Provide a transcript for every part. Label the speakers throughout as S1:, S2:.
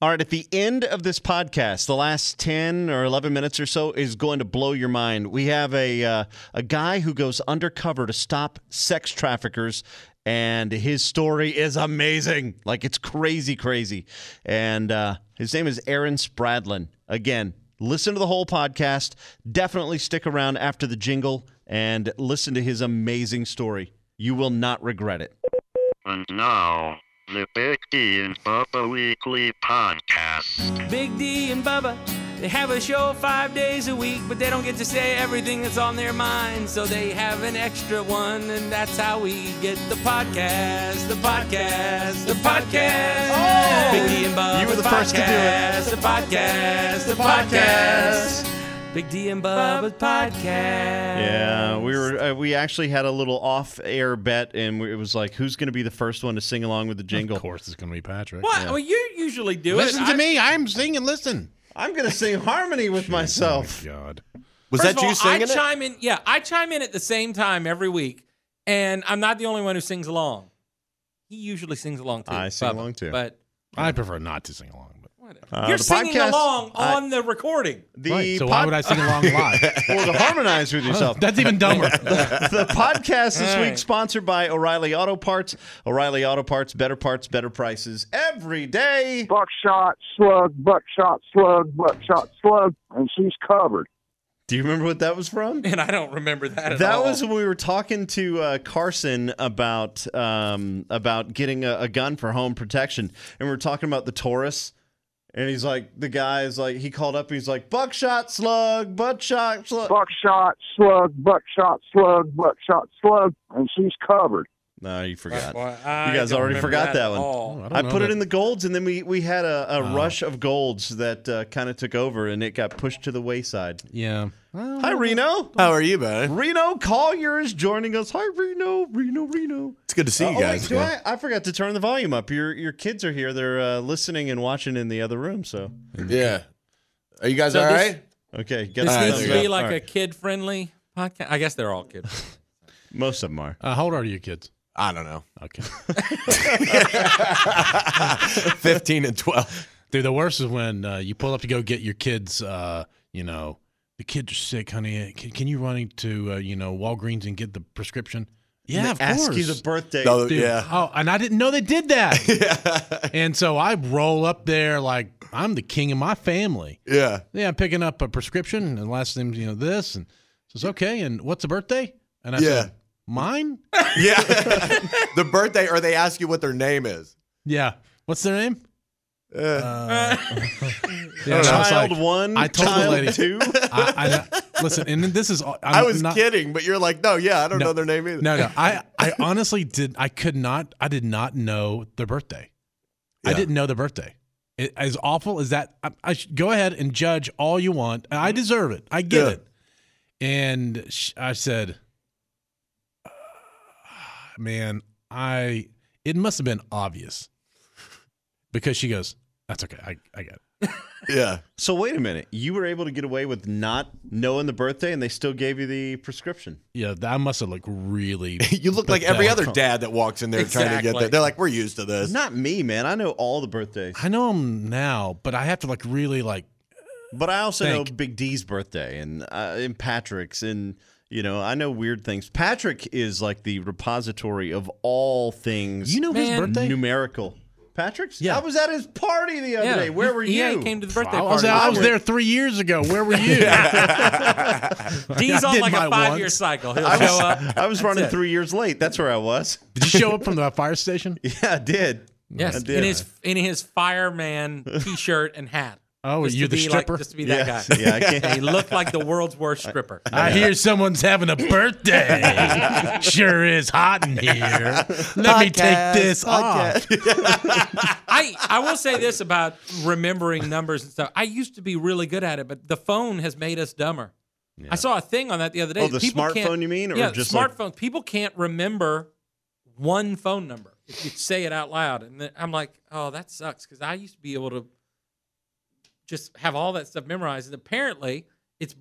S1: All right, at the end of this podcast, the last 10 or 11 minutes or so is going to blow your mind. We have a, uh, a guy who goes undercover to stop sex traffickers, and his story is amazing. Like, it's crazy, crazy. And uh, his name is Aaron Spradlin. Again, listen to the whole podcast. Definitely stick around after the jingle and listen to his amazing story. You will not regret it.
S2: And now, the Big D and Bubba Weekly Podcast.
S3: Big D and Bubba, they have a show five days a week, but they don't get to say everything that's on their mind. So they have an extra one, and that's how we get the podcast, the podcast, the podcast. Big D and Bubba,
S1: Oh! You were the first to do it.
S3: podcast, The podcast, the podcast. Big D and Bubba's podcast.
S1: Yeah, we were. Uh, we actually had a little off-air bet, and we, it was like, who's going to be the first one to sing along with the jingle?
S4: Of course, it's going to be Patrick.
S3: What? Well, you usually do
S4: Listen
S3: it.
S4: to
S3: I-
S4: me. I'm singing. Listen.
S1: I'm going to sing harmony with myself.
S4: Oh my God.
S5: Was
S3: First
S5: that
S3: of all,
S5: you singing
S3: I
S5: it?
S3: chime in. Yeah, I chime in at the same time every week, and I'm not the only one who sings along. He usually sings along too.
S1: I sing
S3: Bubba,
S1: along, too.
S3: But
S4: I prefer not to sing along. But.
S3: whatever.
S1: Uh,
S3: You're
S1: the
S3: singing
S1: podcast-
S3: along
S1: I-
S3: on the recording.
S1: The
S4: right. So
S1: pod-
S4: why would I sing along live?
S1: well, to harmonize with yourself.
S4: That's even dumber.
S1: the podcast this
S3: All
S1: week
S3: right.
S1: sponsored by O'Reilly Auto Parts. O'Reilly Auto Parts, better parts, better prices every day.
S6: buckshot slug, buckshot slug, buckshot slug, and she's covered.
S1: Do you remember what that was from?
S3: And I don't remember that at
S1: That
S3: all.
S1: was when we were talking to uh, Carson about um, about getting a, a gun for home protection, and we were talking about the Taurus. And he's like, the guy is like, he called up, he's like, buckshot slug, buckshot slug.
S6: Buckshot slug, buckshot slug, buckshot slug, and she's covered.
S1: No, you forgot.
S3: Well, I
S1: You guys
S3: don't
S1: already
S3: remember
S1: forgot that
S3: at
S1: one.
S3: all.
S1: I, put it in the golds, and then we we had a, a rush of golds that uh, kind of took over, and it got pushed to the wayside.
S4: Yeah. Oh.
S1: Hi, Reno.
S3: Oh.
S5: How are you, buddy?
S1: Reno Collier is joining us. Hi, Reno. Reno. Reno.
S5: It's good to see
S1: Uh,
S5: you guys.
S1: Oh, wait, do
S5: again.
S1: I, I forgot to turn the volume up. Your your kids are here. They're uh, listening and watching in the other room. So
S5: Yeah. Are you guys
S3: So
S5: all
S3: this-
S5: right?
S1: okay, get the
S3: This
S5: Alright,
S3: needs
S1: thumbs
S3: to
S5: there
S3: be
S1: up.
S3: like
S1: All
S3: a kid-friendly podcast. I guess they're all kids.
S1: right. most of them are.
S4: Uh, how old are you kids?
S5: I don't know.
S4: Okay.
S5: 15 and 12.
S4: Dude, the worst is when uh, you pull up to go get your kids, uh, you know, the kids are sick, honey. Can, can you run to, uh, you know, Walgreens and get the prescription? Yeah, of
S1: They ask
S4: course.
S1: you the birthday.
S5: No,
S4: Dude,
S5: yeah.
S4: Oh, and I didn't know they did that. and so I roll up there like I'm the king of my family.
S5: Yeah.
S4: Yeah, I'm picking up a prescription and the last name, you know, this and says, Okay, and what's the birthday? And I
S5: Yeah.
S4: said, Mine?
S5: Yeah. the birthday, or they ask you what their name is.
S4: yeah. What's their name?
S5: Uh,
S4: Uh, yeah, and I was
S1: Child
S4: like-
S1: one.
S4: I told the
S1: child
S4: lady-
S1: two.
S4: I, I, listen, and this is all, I'm
S5: I was
S4: not,
S5: kidding, but you're like, no, yeah, I don't
S4: No.
S5: know their name either.
S4: No, no. I, I honestly did. I could not. I did not know their birthday. I
S5: Yeah.
S4: didn't know their birthday. It, as awful as that, I, I should go ahead and judge all you want. I deserve it. I get
S5: Mm-hmm. Yeah.
S4: it. And sh- I said, "Ah, "Man, I." It must have been obvious because she goes, "That's okay. I, I got it."
S5: Yeah.
S1: So wait a minute. You were able to get away with not knowing the birthday, and they still gave you the prescription.
S4: Yeah, that must have looked really.
S5: You look like every other
S4: pathetic.
S5: dad that walks in there trying to get
S3: Exactly.
S5: that. They're like, we're used to this.
S1: Not me, man. I know all the birthdays,
S4: I know him now, but I have to like really like
S1: but I also know
S4: Thank-
S1: Big D's birthday and uh, and Patrick's and. You know, I know weird things. Patrick is like the repository of all things.
S4: you know his
S3: Man.
S4: birthday.
S1: Numerical. Patrick's?
S4: Yeah.
S1: I was at his party the other day. Where were you?
S3: Yeah, he came to the birthday
S4: I was,
S3: party.
S4: there, I was
S1: Howard.
S4: there three years ago. Where were you?
S3: D's
S4: I
S3: on
S4: did
S3: like
S4: my
S3: a five-year
S4: once.
S3: cycle. He'll
S1: I
S3: show
S1: was,
S3: up.
S1: I was running
S3: it.
S1: three years late. That's where I was.
S4: Did you show up from the fire station?
S1: Yeah, I did. I
S3: Yes,
S1: did.
S3: in his in his fireman T-shirt and hat.
S4: Oh,
S3: Just to
S4: you're the
S3: be
S4: stripper.
S3: Like, just to be that
S1: Yes.
S3: guy.
S1: Yeah, I can't-
S3: And he looked like the world's worst stripper.
S4: I hear someone's having a birthday. sure is hot in here. Let me take this off.
S3: I I will say this about remembering numbers and stuff. I used to be really good at it, but the phone has made us dumber. I saw a thing on that the other day.
S1: Oh, the
S3: People can't-
S1: smartphone you mean, or
S3: yeah,
S1: just like-
S3: smartphone. People can't remember one phone number if you say it out loud, and then I'm like, oh, that sucks because I used to be able to just have all that stuff memorized, and apparently it's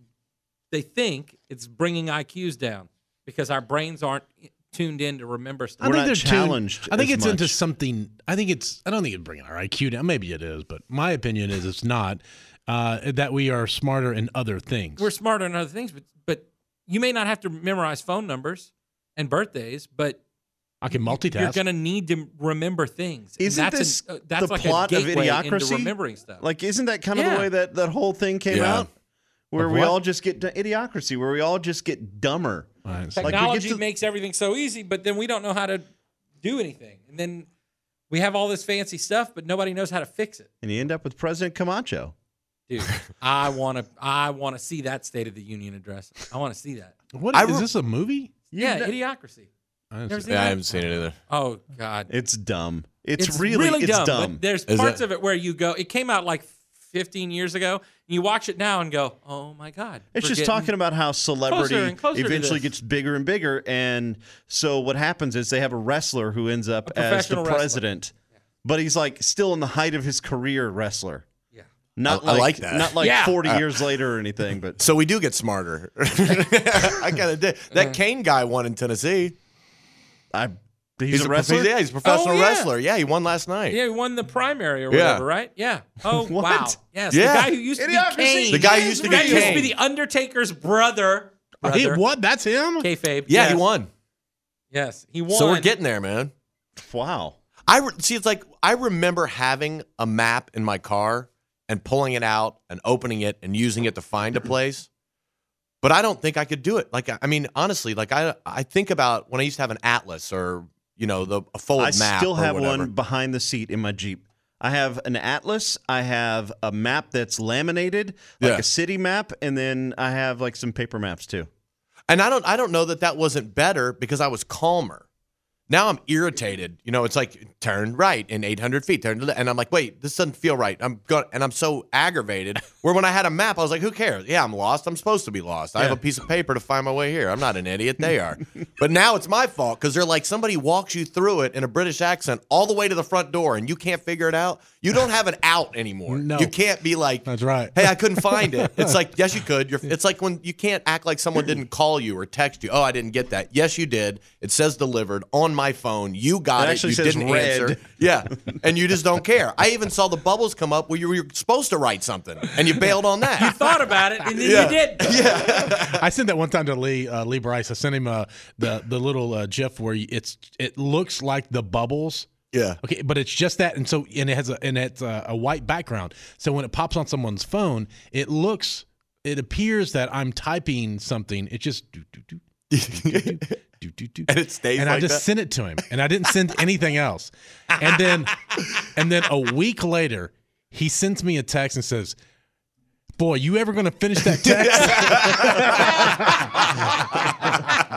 S3: they think it's bringing IQs down because our brains aren't tuned in to remember stuff.
S1: We're
S4: I
S1: not
S4: think they're
S1: challenged
S4: Tuned, I think
S1: as
S4: it's into
S1: much.
S4: something. I think it's. I don't think it'd bring our IQ down. Maybe it is, but my opinion is it's not. Uh, that we are smarter in other things.
S3: We're smarter in other things, but but you may not have to memorize phone numbers and birthdays, but
S4: I can multitask.
S3: you're gonna need to remember things. And
S1: Isn't
S3: that's
S1: this
S3: an- uh, that's
S1: the
S3: like
S1: plot
S3: a
S1: of
S3: gateway Into
S1: Idiocracy?
S3: remembering stuff.
S1: Like, isn't that kind of the
S3: Yeah.
S1: way that that whole thing came
S4: Yeah.
S1: out? Where
S4: Of
S1: we
S4: what?
S1: all just get d- idiocracy, where we all just get dumber.
S4: All right, so-
S1: Like- we get
S3: technology
S1: to-
S3: makes everything so easy, but then we don't know how to do anything. And then we have all this fancy stuff, but nobody knows how to fix it.
S1: And you end up with President Camacho.
S3: Dude, I want to I want to see that State of the Union address. I want to see that.
S4: what
S5: I
S4: is
S5: re-
S4: this a movie?
S3: Yeah,
S1: kn-
S3: idiocracy.
S4: I didn't
S3: Never
S4: see-
S3: seen
S7: Yeah, I
S3: that?
S7: haven't seen it either.
S3: Oh god.
S1: It's dumb. It's, really, it's dumb.
S3: but There's
S7: Is
S3: parts
S7: it-
S3: of it where you go. It came out like 15 years ago, and you watch it now and go, "Oh my god!"
S1: It's
S3: we're
S1: just
S3: getting-
S1: talking about how celebrity
S3: closer and closer to
S1: eventually
S3: this.
S1: gets bigger and bigger, and so what happens is they have a wrestler who ends up
S3: A
S1: as the
S3: professional wrestler.
S1: president, but he's like still in the height of his career wrestler.
S3: Yeah.
S1: Not
S7: I- I
S1: like,
S7: like that.
S1: Not like
S3: Yeah.
S1: forty years later or anything, but
S5: So we do get smarter. I kind of did. That Kane guy won in Tennessee.
S1: I he's, a wrestler.
S5: prof- yeah, he's a professional
S3: yeah.
S5: wrestler. Yeah, he won last night.
S3: Yeah, he won the primary or
S5: Yeah.
S3: whatever, right? Yeah. Oh
S1: What?
S3: wow. Yes.
S5: Yeah.
S3: The guy who used to
S1: Idiocracy.
S3: be Kane.
S5: The guy who used to
S3: The
S5: be
S3: guy who used to be
S5: Kane.
S3: the Undertaker's brother.
S4: Hey,
S3: brother.
S4: what? That's him.
S3: Kayfabe.
S5: Yeah,
S3: yes.
S5: he won.
S3: Yes, he won.
S5: So we're getting there, man.
S1: Wow.
S5: I re- see. It's like I remember having a map in my car and pulling it out and opening it and using it to find a place. But I don't think I could do it. Like I I mean, honestly, like I I think about when I used to have an atlas or you know the a fold
S1: I
S5: map.
S1: still
S5: or
S1: have
S5: whatever.
S1: one behind the seat in my Jeep. I have an atlas. I have a map that's laminated, like
S7: Yeah.
S1: a city map, and then I have like some paper maps too.
S5: And I don't I don't know that that wasn't better because I was calmer. Now I'm irritated. You know, it's like turn right in 800 feet, turn to le- and I'm like, wait, this doesn't feel right. I'm going, and I'm so aggravated. Where when I had a map, I was like, who cares? Yeah, I'm lost. I'm supposed to be lost. I have a piece of paper to find my way here. I'm not an idiot. They are. but now it's my fault because they're like somebody walks you through it in a British accent all the way to the front door, and you can't figure it out. You don't have an out anymore.
S4: No.
S5: you can't be like,
S4: That's right.
S5: hey, I couldn't find it. It's like, yes, you could. You're, it's like when you can't act like someone didn't call you or text you. Oh, I didn't get that. Yes, you did. It says delivered on my phone. You got
S1: It
S5: it.
S1: actually
S5: you
S1: says
S5: didn't
S1: red.
S5: answer. Yeah, and you just don't care. I even saw the bubbles come up where you were supposed to write something, and you bailed on that.
S3: You thought about it, and then
S5: Yeah.
S3: you did.
S4: I sent that one time to Lee uh, Lee Bryce. I sent him uh, the the little uh, GIF where you- it's it looks like the bubbles.
S5: yeah.
S4: Okay, but it's just that, and so and it has a and it's uh, a, a white background. So when it pops on someone's phone, it looks, it appears that I'm typing something. It just do do do do do do,
S5: And it stays
S4: And I
S5: like
S4: just
S5: that?
S4: sent it to him, and I didn't send anything else. And then, and then a week later, he sends me a text and says. Boy, you ever going to finish that text?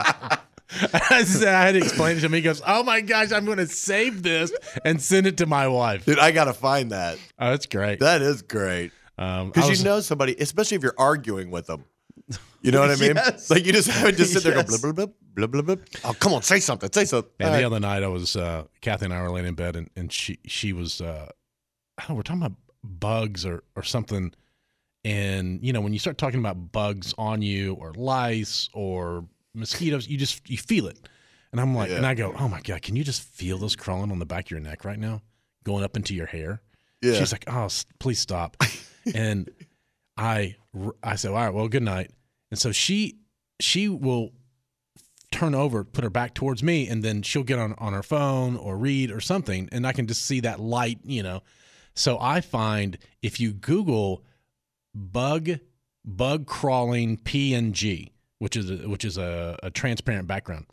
S4: I said- I had to explain it to him. He goes, "Oh my gosh, I'm going to save this and send it to my wife."
S5: Dude, I gotta find that.
S4: Oh, that's great.
S5: That is great.
S4: Um, I
S5: Because
S4: was-
S5: you know somebody, especially if you're arguing with them. You know what I mean?
S1: Yes.
S5: Like you just have to just sit there and
S1: Yes.
S5: go blah, blah, blah, blah, blah, blah. Oh, come on, say something. Say something.
S4: And
S5: All
S4: the
S5: right.
S4: other night, I was uh, Kathy and I were laying in bed, and, and she she was uh, I don't know, we're talking about bugs or or something, and you know when you start talking about bugs on you or lice or mosquitoes, you just you feel it, and I'm like, and I go, oh my god, can you just feel those crawling on the back of your neck right now, going up into your hair?
S5: Yeah.
S4: She's like, oh, s- please stop, and I r- I said, all right, well, good night, and so she she will turn over, put her back towards me, and then she'll get on, on her phone or read or something, and I can just see that light, you know. So I find if you Google bug bug crawling PNG, which is a, which is a, a transparent background,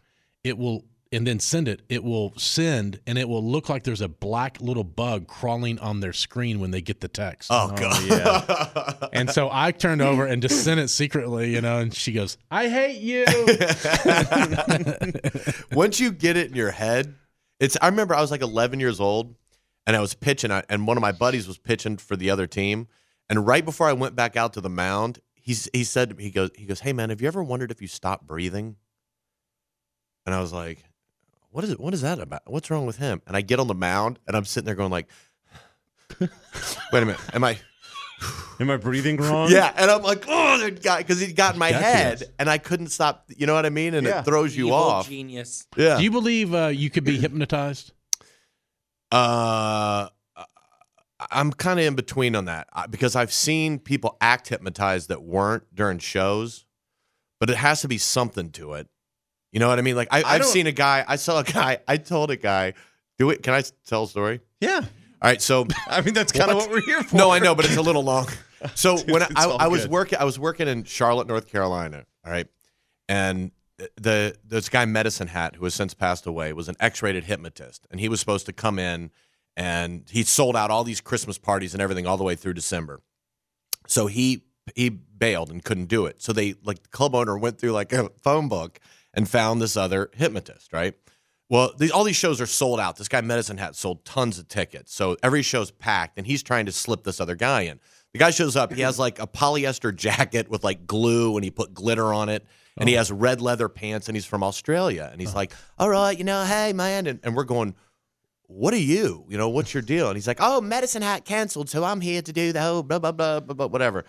S4: it will and then send it. It will send and it will look like there's a black little bug crawling on their screen when they get the text.
S5: Oh, God.
S4: And so I turned over and just sent it secretly, you know, and she goes, I hate you.
S5: Once you get it in your head, it's. I remember I was like 11 years old, and I was pitching, I- and one of my buddies was pitching for the other team. And right before I went back out to the mound, he's he said to me, he goes he goes, hey man, have you ever wondered if you stop breathing? And I was like, what is it? What is that about? What's wrong with him? And I get on the mound, and I'm sitting there going like, wait a minute, am I?
S1: Am I breathing wrong?
S5: Yeah, and I'm like, oh, that guy, because he got in my
S4: Got you.
S5: head, and I couldn't stop. You know what I mean? And
S1: Yeah.
S5: it throws you
S3: Evil
S5: off.
S3: Genius.
S5: Yeah.
S4: Do you believe uh, you could be hypnotized?
S5: uh, I'm kind of in between on that uh, because I've seen people act hypnotized that weren't during shows, but it has to be something to it. You know what I mean? Like
S1: I
S5: I, I've
S1: don't-
S5: seen a guy. I saw a guy. I told a guy, do it. Can I s- tell a story?
S1: Yeah.
S5: All right, so
S1: I mean, that's kind of what we're here for.
S5: No, I know, but it's a little long. So when I,
S1: it's
S5: I,
S1: all
S5: I was
S1: good.
S5: working, I was working in Charlotte, North Carolina. All right, and the this guy Medicine Hat, who has since passed away, was an X-rated hypnotist, and he was supposed to come in, and he sold out all these Christmas parties and everything all the way through December. So he he bailed and couldn't do it. So they like the club owner went through like a phone book and found this other hypnotist, right? Well, these, all these shows are sold out. This guy Medicine Hat sold tons of tickets, so every show's packed, and he's trying to slip this other guy in. The guy shows up. He has like a polyester jacket with like glue, and he put glitter on it, and he has red leather pants, and he's from Australia, and he's like, "All right, you know, hey man," and, and we're going, what are you? You know, what's your deal? And he's like, oh, Medicine Hat canceled, so I'm here to do the whole blah, blah, blah, blah, blah, whatever.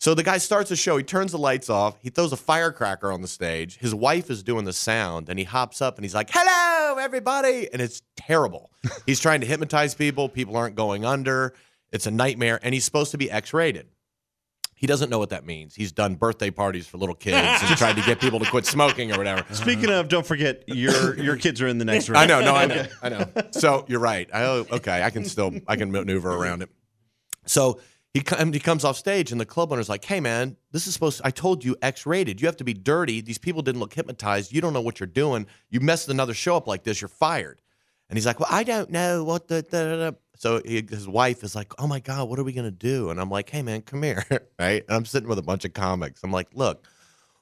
S5: So the guy starts the show. He turns the lights off. He throws a firecracker on the stage. His wife is doing the sound, and he hops up and he's like, hello, everybody. And it's terrible. he's trying to hypnotize people. People aren't going under. It's a nightmare. And he's supposed to be X rated. He doesn't know what that means. He's done birthday parties for little kids and tried to get people to quit smoking or whatever.
S1: Speaking of, don't forget your your kids are in the next room.
S5: I know, no, I know, I know. So you're right. I, oh, okay, I can still I can maneuver around it. So he com- he comes off stage, and the club owner's like, "Hey, man, this is supposed. I told you X-rated. You have to be dirty. These people didn't look hypnotized. You don't know what you're doing. You mess another show up like this, you're fired." And he's like, "Well, I don't know what the." Da, da, da. So he, his wife is like, "Oh my god, what are we gonna do?" And I'm like, "Hey, man, come here, right?" And I'm sitting with a bunch of comics. I'm like, "Look,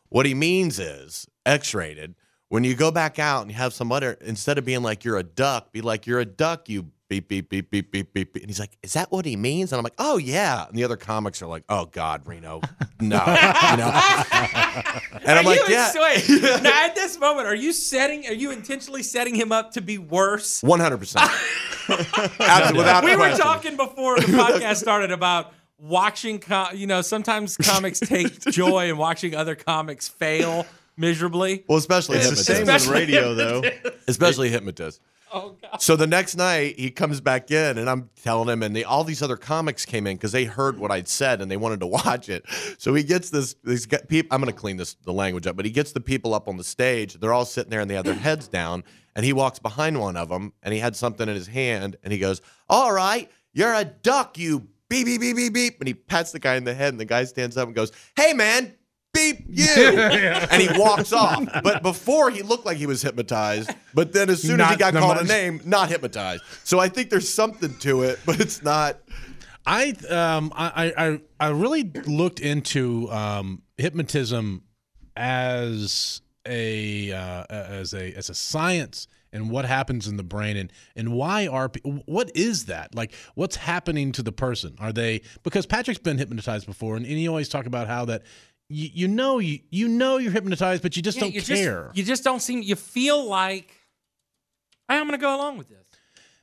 S5: what he means is X-rated. When you go back out and you have some other, instead of being like you're a duck, be like you're a duck. You beep beep beep beep beep beep. beep. And he's like, "Is that what he means?" And I'm like, "Oh yeah." And the other comics are like, "Oh God, Reno, no." you know? And
S3: Are
S5: I'm like,
S3: you
S5: "Yeah,
S3: wait, now at this moment, are you setting? Are you intentionally setting him up to be worse?
S5: one hundred percent." Without
S3: We were
S5: question.
S3: talking before the podcast started about watching. Com- you know, sometimes comics take joy in watching other comics fail miserably.
S5: Well, especially
S1: It's the
S5: hypnotist.
S1: same with
S3: Especially
S1: radio, though.
S5: especially hypnotist.
S3: Oh God!
S5: So the next night he comes back in and I'm telling him and they, all these other comics came in because they heard what I'd said and they wanted to watch it. So he gets this these people I'm gonna clean this the language up, but he gets the people up on the stage. They're all sitting there and they have their heads down and he walks behind one of them and he had something in his hand and he goes, "All right, you're a duck, you beep beep beep beep beep." And he pats the guy in the head and the guy stands up and goes, "Hey man." Beep you, and he walks off. But before he looked like he was hypnotized. But then as soon as he
S4: Not
S5: got
S4: the
S5: called a
S4: mon-
S5: name name, not hypnotized. So I think there's something to it, but it's not.
S4: I um I I- I I really looked into um hypnotism as a uh, as a as a science and what happens in the brain and and why are pe- what is that like what's happening to the person are they because Patrick's been hypnotized before and, and he always talk about how that you, you know you you know you're hypnotized but you just
S3: Yeah,
S4: don't
S3: you
S4: care
S3: Just, you just don't seem. You feel like "Hey, I'm going to go along with this.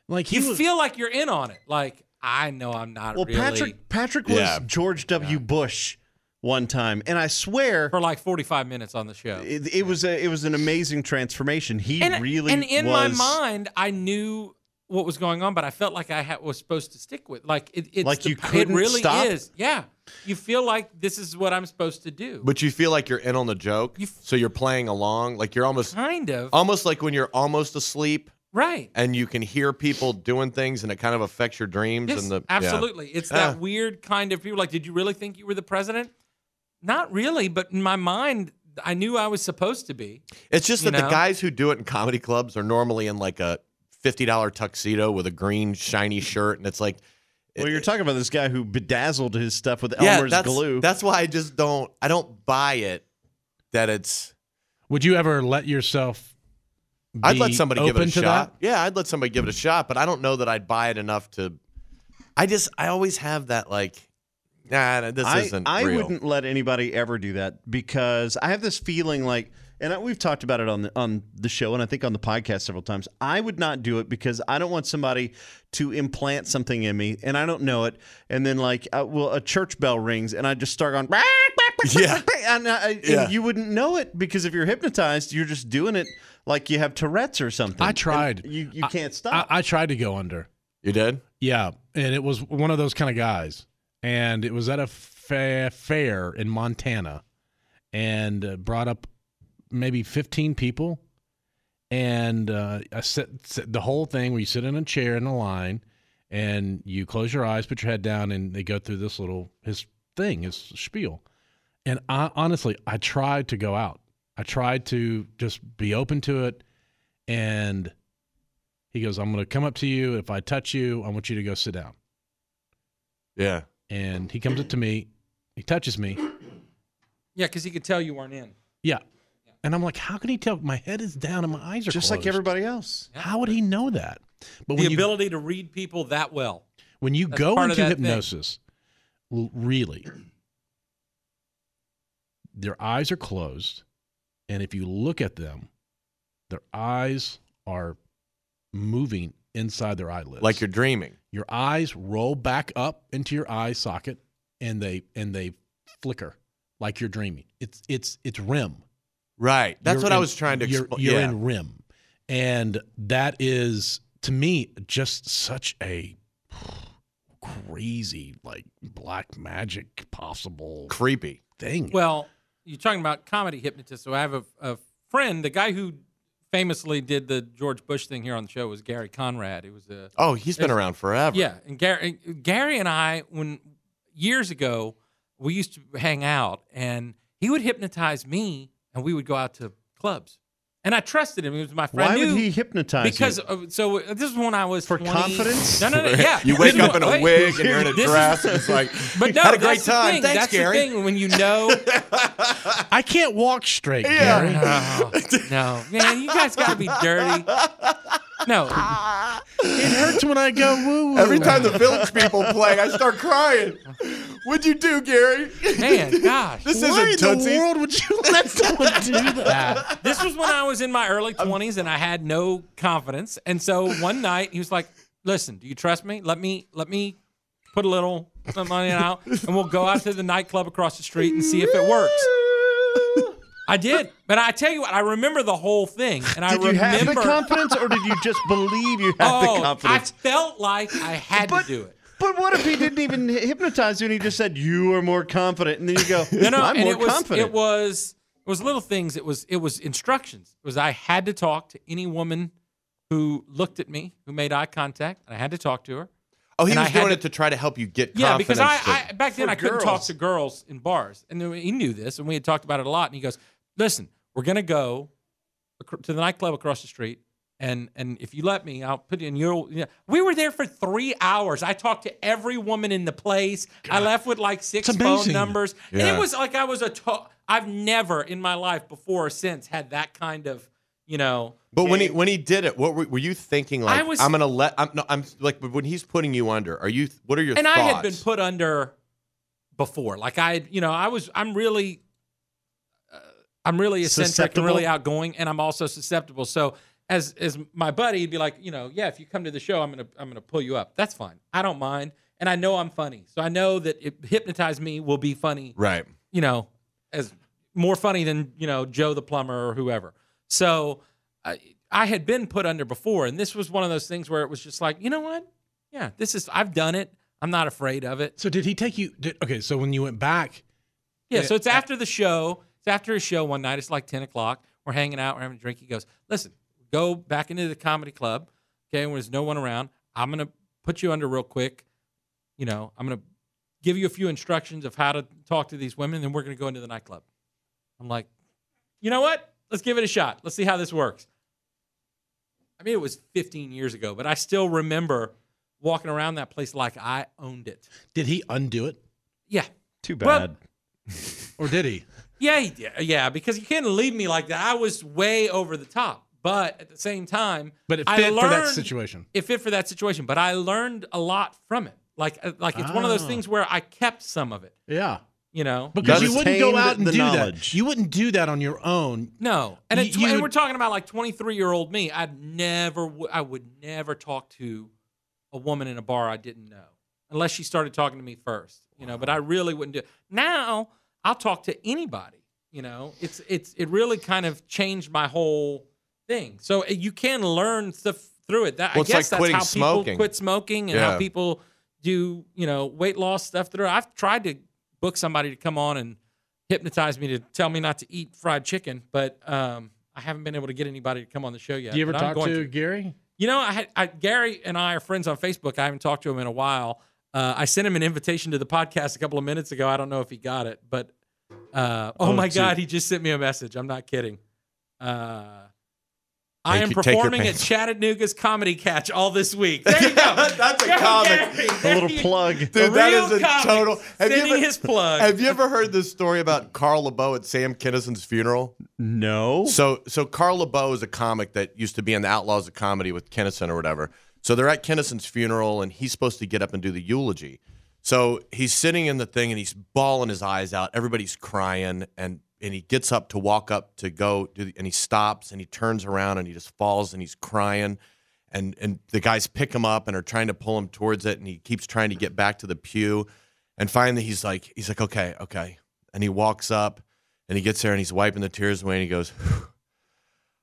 S4: like he
S3: You
S4: was-
S3: feel like you're in on it. Like I know I'm not
S1: Well,
S3: really
S1: Patrick Patrick was
S5: Yeah.
S1: George W. Bush one time, and I swear
S3: for like 45 minutes on the show.
S1: it, it was a, it was an amazing transformation. He
S3: and,
S1: really
S3: and in my
S1: was
S3: mind i knew what was going on but i felt like i ha- was supposed to stick with like it, it's
S1: Like
S3: the
S1: you
S3: pa-
S1: couldn't
S3: it really
S1: stop?
S3: is yeah you feel like this is what i'm supposed to do
S5: But you feel like you're in on the joke,
S3: You f-
S5: so you're playing along. Like you're almost,
S3: kind of
S5: almost like when you're almost asleep
S3: right
S5: and you can hear people doing things, and it kind of affects your dreams.
S3: yes,
S5: and the yeah.
S3: absolutely it's
S5: Ah.
S3: that weird kind of people like did you really think you were the president not really but in my mind i knew i was supposed to be
S5: It's just
S3: You
S5: that the
S3: know?
S5: guys who do it in comedy clubs are normally in like a fifty dollar tuxedo with a green shiny shirt, and it's like,
S1: Well, you're talking about this guy who bedazzled his stuff with
S5: yeah,
S1: Elmer's
S5: that's
S1: glue.
S5: that's why I just don't, I don't buy it. That it's,
S4: would you ever let yourself
S5: I'd
S4: be
S5: let somebody give it
S4: open
S5: a
S4: to
S5: shot.
S4: that?
S5: Yeah, I'd let somebody give it a shot, but I don't know that I'd buy it enough to. I just, I always have that like, nah, nah, this
S1: I,
S5: isn't
S1: I
S5: real.
S1: wouldn't let anybody ever do that because I have this feeling like and I, we've talked about it on the, on the show and I think on the podcast several times. I would not do it because I don't want somebody to implant something in me and I don't know it, and then like uh, well a church bell rings and I just start going.
S5: Yeah.
S1: And, I, and
S5: Yeah.
S1: you wouldn't know it because if you're hypnotized, you're just doing it like you have Tourette's or something.
S4: I
S1: And
S4: tried.
S1: You you can't
S4: I,
S1: stop.
S4: I tried to go under.
S5: You did?
S4: Yeah, and it was one of those kind of guys, and it was at a fa- fair in Montana, and uh, brought up maybe fifteen people, and uh, I set, set the whole thing where you sit in a chair in a line, and you close your eyes, put your head down, and they go through this little his thing, his spiel, and I honestly I tried to go out, I tried to just be open to it, and. He goes, I'm going to come up to you. If I touch you, I want you to go sit down.
S5: Yeah.
S4: And he comes up to me. He touches me.
S3: Yeah, because he could tell you weren't in.
S4: Yeah. And I'm like, how can he tell? My head is down and my eyes are
S1: just like
S4: closed.
S1: everybody else.
S4: How would he know that? But
S3: The
S4: when you,
S3: ability to read people that well.
S4: when you
S3: that's
S4: go
S3: part of
S4: into
S3: that thing.
S4: hypnosis, l- really, their eyes are closed. And if you look at them, their eyes are moving inside their eyelids.
S5: Like you're dreaming.
S4: your eyes roll back up into your eye socket and they and they flicker like you're dreaming it's it's it's rim
S5: Right. That's
S4: You're
S5: what I
S4: in-
S5: was trying to
S4: you're,
S5: explain.
S4: you're
S5: yeah.
S4: in rim and that is to me just such a crazy like black magic possible
S5: creepy.
S4: thing
S3: Well, you're talking about comedy hypnotists. So I have a, a friend, the guy who famously did the George Bush thing here on the show was Gary Conrad. It was a
S5: Oh, he's been
S3: It's-
S5: around forever.
S3: yeah, and Gary, and Gary and I, when years ago, we used to hang out, and he would hypnotize me, and we would go out to clubs, and I trusted him. He was my friend.
S1: Why
S3: I
S1: would
S3: knew-
S1: he hypnotize you?
S3: Because of, so uh, this is when I was
S1: For
S3: 20
S1: confidence?
S3: No, no, no. Yeah,
S5: You wake up in a
S3: Wait.
S5: wig and you're in a
S3: This is-
S5: dress. and it's like,
S3: But no,
S5: had a great
S3: that's the
S5: time.
S3: thing.
S5: Thanks,
S3: that's
S5: Gary.
S3: the thing when you know.
S4: i can't walk straight
S5: Yeah.
S4: Gary.
S3: No, no, man, you guys gotta be dirty. No,
S4: it hurts when i go woo woo
S5: Every time the village people play, I start crying. What'd you do, Gary?
S3: man, gosh,
S5: This
S4: why in
S5: isn't
S4: the
S5: Tootsie's.
S4: world would you let someone do that
S3: this was when I was in my early twenties and I had no confidence. And so one night he was like, "Listen, do you trust me? Let me, let me put a little some money out, and we'll go out to the nightclub across the street and see if it works." I did, but I tell you what, I remember the whole thing, and I
S1: Did you
S3: remember.
S1: have the confidence, or did you just believe you had
S3: oh,
S1: the confidence?
S3: I felt like I had
S1: But-
S3: to do it.
S1: But what if he didn't even hypnotize you and he just said you are more confident, and then you go,
S3: No, no,
S1: I'm
S3: and
S1: more
S3: it was,
S1: confident.
S3: It was it was little things. It was it was instructions. It was I had to talk to any woman who looked at me, who made eye contact, and I had to talk to her.
S5: Oh, he
S3: And
S5: was
S3: I had
S5: doing
S3: to-
S5: it to try to help you get
S3: Yeah,
S5: confidence.
S3: because I,
S5: to-
S3: I back then
S5: for
S3: I couldn't talk
S5: girls.
S3: to girls in bars, and then he knew this, and we had talked about it a lot. And he goes, "Listen, we're gonna go acro- to the nightclub across the street." And and if you let me, I'll put in your. Yeah. We were there for three hours. I talked to every woman in the place. I left with like six
S4: It's
S3: phone
S4: amazing.
S3: numbers, and
S5: Yeah.
S3: it was like I was a. To- I've never in my life before or since had that kind of, you know.
S5: But when he when he did it, what were, were you thinking? Like,
S3: I was-
S5: I'm gonna let. I'm no. I'm like when he's putting you under. Are you? What are your
S3: and
S5: thoughts?
S3: I had been put under before. Like I, you know, I was. I'm really, uh, I'm really eccentric and really
S1: Susceptible?
S3: outgoing, and I'm also susceptible. So as as my buddy, he'd be like, you know, yeah, if you come to the show, I'm gonna I'm gonna pull you up. That's fine. I don't mind, and I know I'm funny, so I know that it hypnotize me will be funny
S5: Right.
S3: you know, as more funny than you know Joe the plumber or whoever. So I, I had been put under before, and this was one of those things where it was just like, you know what? Yeah, this is I've done it. I'm not afraid of it.
S4: so did he take you did, okay so when you went back
S3: Yeah.
S4: Yeah.
S3: So it's after the show. It's after a show one night. It's like ten o'clock. We're hanging out. We're having a drink. He goes, "Listen, go back into the comedy club. Okay, when there's no one around, I'm gonna put you under real quick. You know, I'm gonna give you a few instructions of how to talk to these women. then we're gonna go into the nightclub." I'm like, you know what? Let's give it a shot. Let's see how this works. I mean, it was 15 years ago, but I still remember walking around that place like I owned it.
S4: did he undo it
S3: Yeah.
S1: Too
S3: Well-
S1: bad.
S4: or did he
S3: Yeah, he did. yeah, because you can't leave me like that. I was way over the top, but at the same time,
S4: But it
S3: I
S4: fit for that
S3: learned-
S4: situation.
S3: It fit for that situation, but I learned a lot from it. Like, uh, like it's one of those
S4: Ah.
S3: things where I kept some of it. You
S4: Yeah.
S3: you know.
S4: Because
S1: You
S4: you wouldn't go
S1: obtained
S4: out and
S1: the
S4: do
S1: knowledge.
S4: that. You wouldn't do that on your own.
S3: No, and,
S4: You-
S3: at tw-
S4: you
S3: and
S4: would-
S3: we're talking about like twenty three year old me. I'd never, w- I would never talk to a woman in a bar I didn't know unless she started talking to me first, you know. But I really wouldn't do. It. Now I'll talk to anybody, you know. It's it's it really kind of changed my whole thing. So uh, you can learn stuff through it. That
S5: Well,
S3: I
S5: it's
S3: guess
S5: like
S3: that's
S5: quitting
S3: how
S5: smoking.
S3: people quit smoking and
S5: Yeah.
S3: how people do you know weight loss stuff through. I've tried to book somebody to come on and hypnotized me to tell me not to eat fried chicken, but um, I haven't been able to get anybody to come on the show yet.
S4: Do you ever
S3: but I'm
S4: talk
S3: going
S4: to Gary?
S3: You know, I, had, I Gary and I are friends on Facebook. I haven't talked to him in a while. Uh, I sent him an invitation to the podcast a couple of minutes ago. I don't know if he got it, but uh, oh,
S1: Oh,
S3: my
S1: gee.
S3: God, he just sent me a message. I'm not kidding. Uh, I
S5: Take
S3: am
S5: your- take your
S3: performing at
S5: pants off.
S3: Chattanooga's Comedy Catch all this week. There you go.
S5: That's a
S3: Go,
S5: comic.
S3: Gary.
S1: A
S3: There
S1: little
S3: you-
S1: plug.
S5: Dude, that
S3: real
S5: is a
S3: comic
S5: total. Have you,
S3: Sending
S5: ever,
S3: his plug.
S5: have you ever heard this story about Carl LeBeau at Sam Kinnison's funeral?
S1: No.
S5: So so Carl LeBeau is a comic that used to be in the Outlaws of Comedy with Kinnison or whatever. So they're at Kinnison's funeral and he's supposed to get up and do the eulogy. So he's sitting in the thing and he's bawling his eyes out. Everybody's crying and and he gets up to walk up to go do the, and he stops and he turns around and he just falls and he's crying and and the guys pick him up and are trying to pull him towards it and he keeps trying to get back to the pew and finally he's like he's like okay okay and he walks up and he gets there and he's wiping the tears away and he goes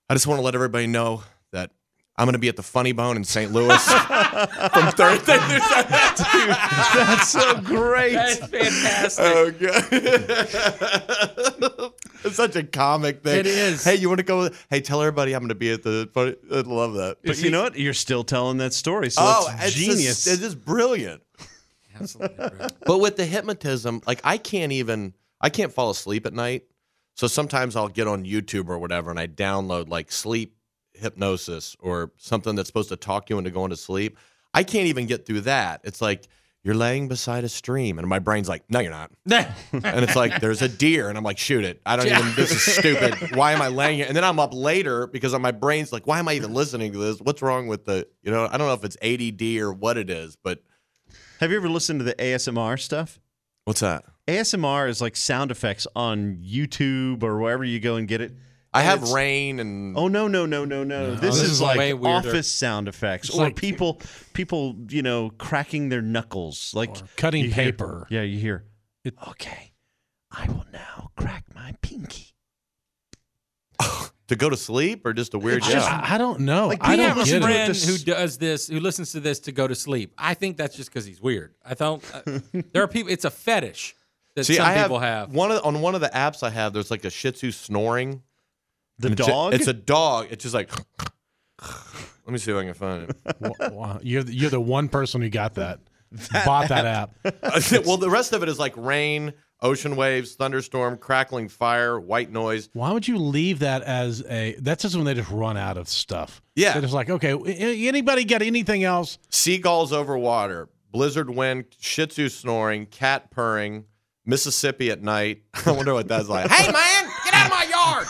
S5: I just want to let everybody know that I'm going to be at the Funny Bone in St. Louis from Thursday through Sunday.
S1: That's so great.
S3: That's fantastic.
S5: Oh god! it's such a comic thing.
S3: It is.
S5: Hey, you want to go? Hey, tell everybody I'm going to be at the. Funny, I love that.
S1: But you know what? You're still telling that story, so
S5: oh,
S1: it's genius.
S5: It's just brilliant.
S3: Absolutely. bro.
S5: But with the hypnotism, like I can't even I can't fall asleep at night. So sometimes I'll get on YouTube or whatever and I download like sleep hypnosis or something that's supposed to talk you into going to sleep. I can't even get through that. It's like you're laying beside a stream and my brain's like, "No, you're not." and it's like there's a deer and I'm like, "Shoot it. I don't even this is stupid. Why am I laying here?" And then I'm up later because my brain's like, "Why am I even listening to this? What's wrong with the, you know, I don't know if it's ADD or what it is, but
S1: Have you ever listened to the ASMR stuff?
S5: what's that?"
S1: ASMR is like sound effects on YouTube or wherever you go and get it.
S5: I
S1: And
S5: have
S1: it's-
S5: rain and
S1: Oh no no no no no! this,
S3: this
S1: is,
S3: is
S1: like
S3: way weirder.
S1: office sound effects
S4: It's
S1: or
S4: like-
S1: people people you know cracking their knuckles like
S4: Or cutting
S1: you hear-
S4: paper.
S1: yeah, you hear.
S4: It-
S1: okay, I will now crack my pinky.
S5: to go to sleep or just a weird
S1: It's
S5: yeah.
S1: just-
S4: I, I don't know.
S1: Like,
S4: I
S1: we
S4: don't
S1: have a spread-
S4: get it.
S3: friend
S1: This-
S3: who does this, who listens to this to go to sleep. I think that's just because he's weird. I don't. uh, there are people. It's a fetish that
S5: See,
S3: some
S5: I have,
S3: people have.
S5: one of, on one of the apps I have. There's like a Shih Tzu snoring.
S1: The
S5: And it's a-
S1: dog.
S5: It's a dog. It's just like. Let me see if I can find it.
S4: Wa- wa- You're the, you're the one person who got that, bought that app.
S5: well, the rest of it is like rain, ocean waves, thunderstorm, crackling fire, white noise.
S4: Why would you leave that as a? That's just when they just run out of stuff.
S5: Yeah.
S4: they're just like, okay, a- anybody got anything else?
S5: Seagulls over water, blizzard wind, Shih Tzu snoring, cat purring, Mississippi at night. I wonder what that's like. hey man, get out of my yard!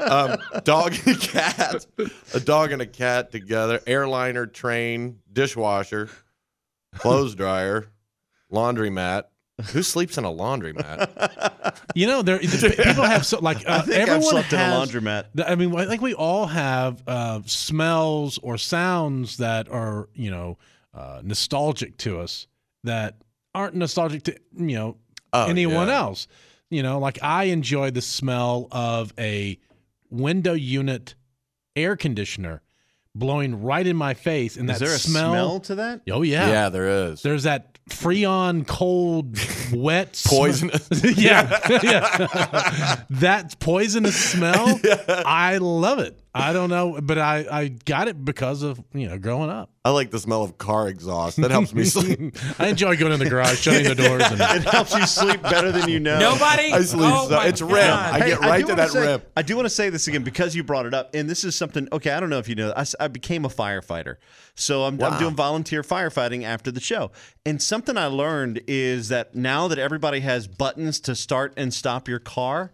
S5: um, dog and cat, a dog and a cat together. Airliner, train, dishwasher, clothes dryer, laundromat. Who sleeps in a laundromat?
S4: You know, there people have so like uh,
S1: I think
S4: everyone
S1: I've slept in a
S4: has-
S1: laundromat.
S4: Th- I mean, I think we all have uh, smells or sounds that are, you know, uh, nostalgic to us that aren't nostalgic to, you know,
S5: Oh,
S4: anyone
S5: yeah.
S4: else. You know, like I enjoy the smell of a window unit air conditioner blowing right in my face. And
S1: Is
S4: that
S1: there a smell,
S4: smell,
S1: to that?
S4: Oh, yeah.
S5: Yeah, there is.
S4: There's that Freon cold, wet sm-
S5: Poisonous.
S4: yeah, yeah. that poisonous smell. I love it. I don't know, but I I got it because of you know growing up.
S5: I like the smell of car exhaust. That helps me sleep.
S4: I enjoy going in the garage, shutting the doors, and
S1: It helps you sleep better than you know.
S3: Nobody.
S5: I sleep
S3: Oh
S5: so-
S3: my
S5: it's rim.
S3: God.
S5: I get right
S1: do
S5: to
S1: wanna
S5: that
S1: say-
S5: rip.
S1: I do want to say this again because you brought it up, and this is something. Okay, I don't know if you know. I, s- I became a firefighter, so I'm, I'm doing volunteer firefighting after the show. And something I learned is that now that everybody has buttons to start and stop your car,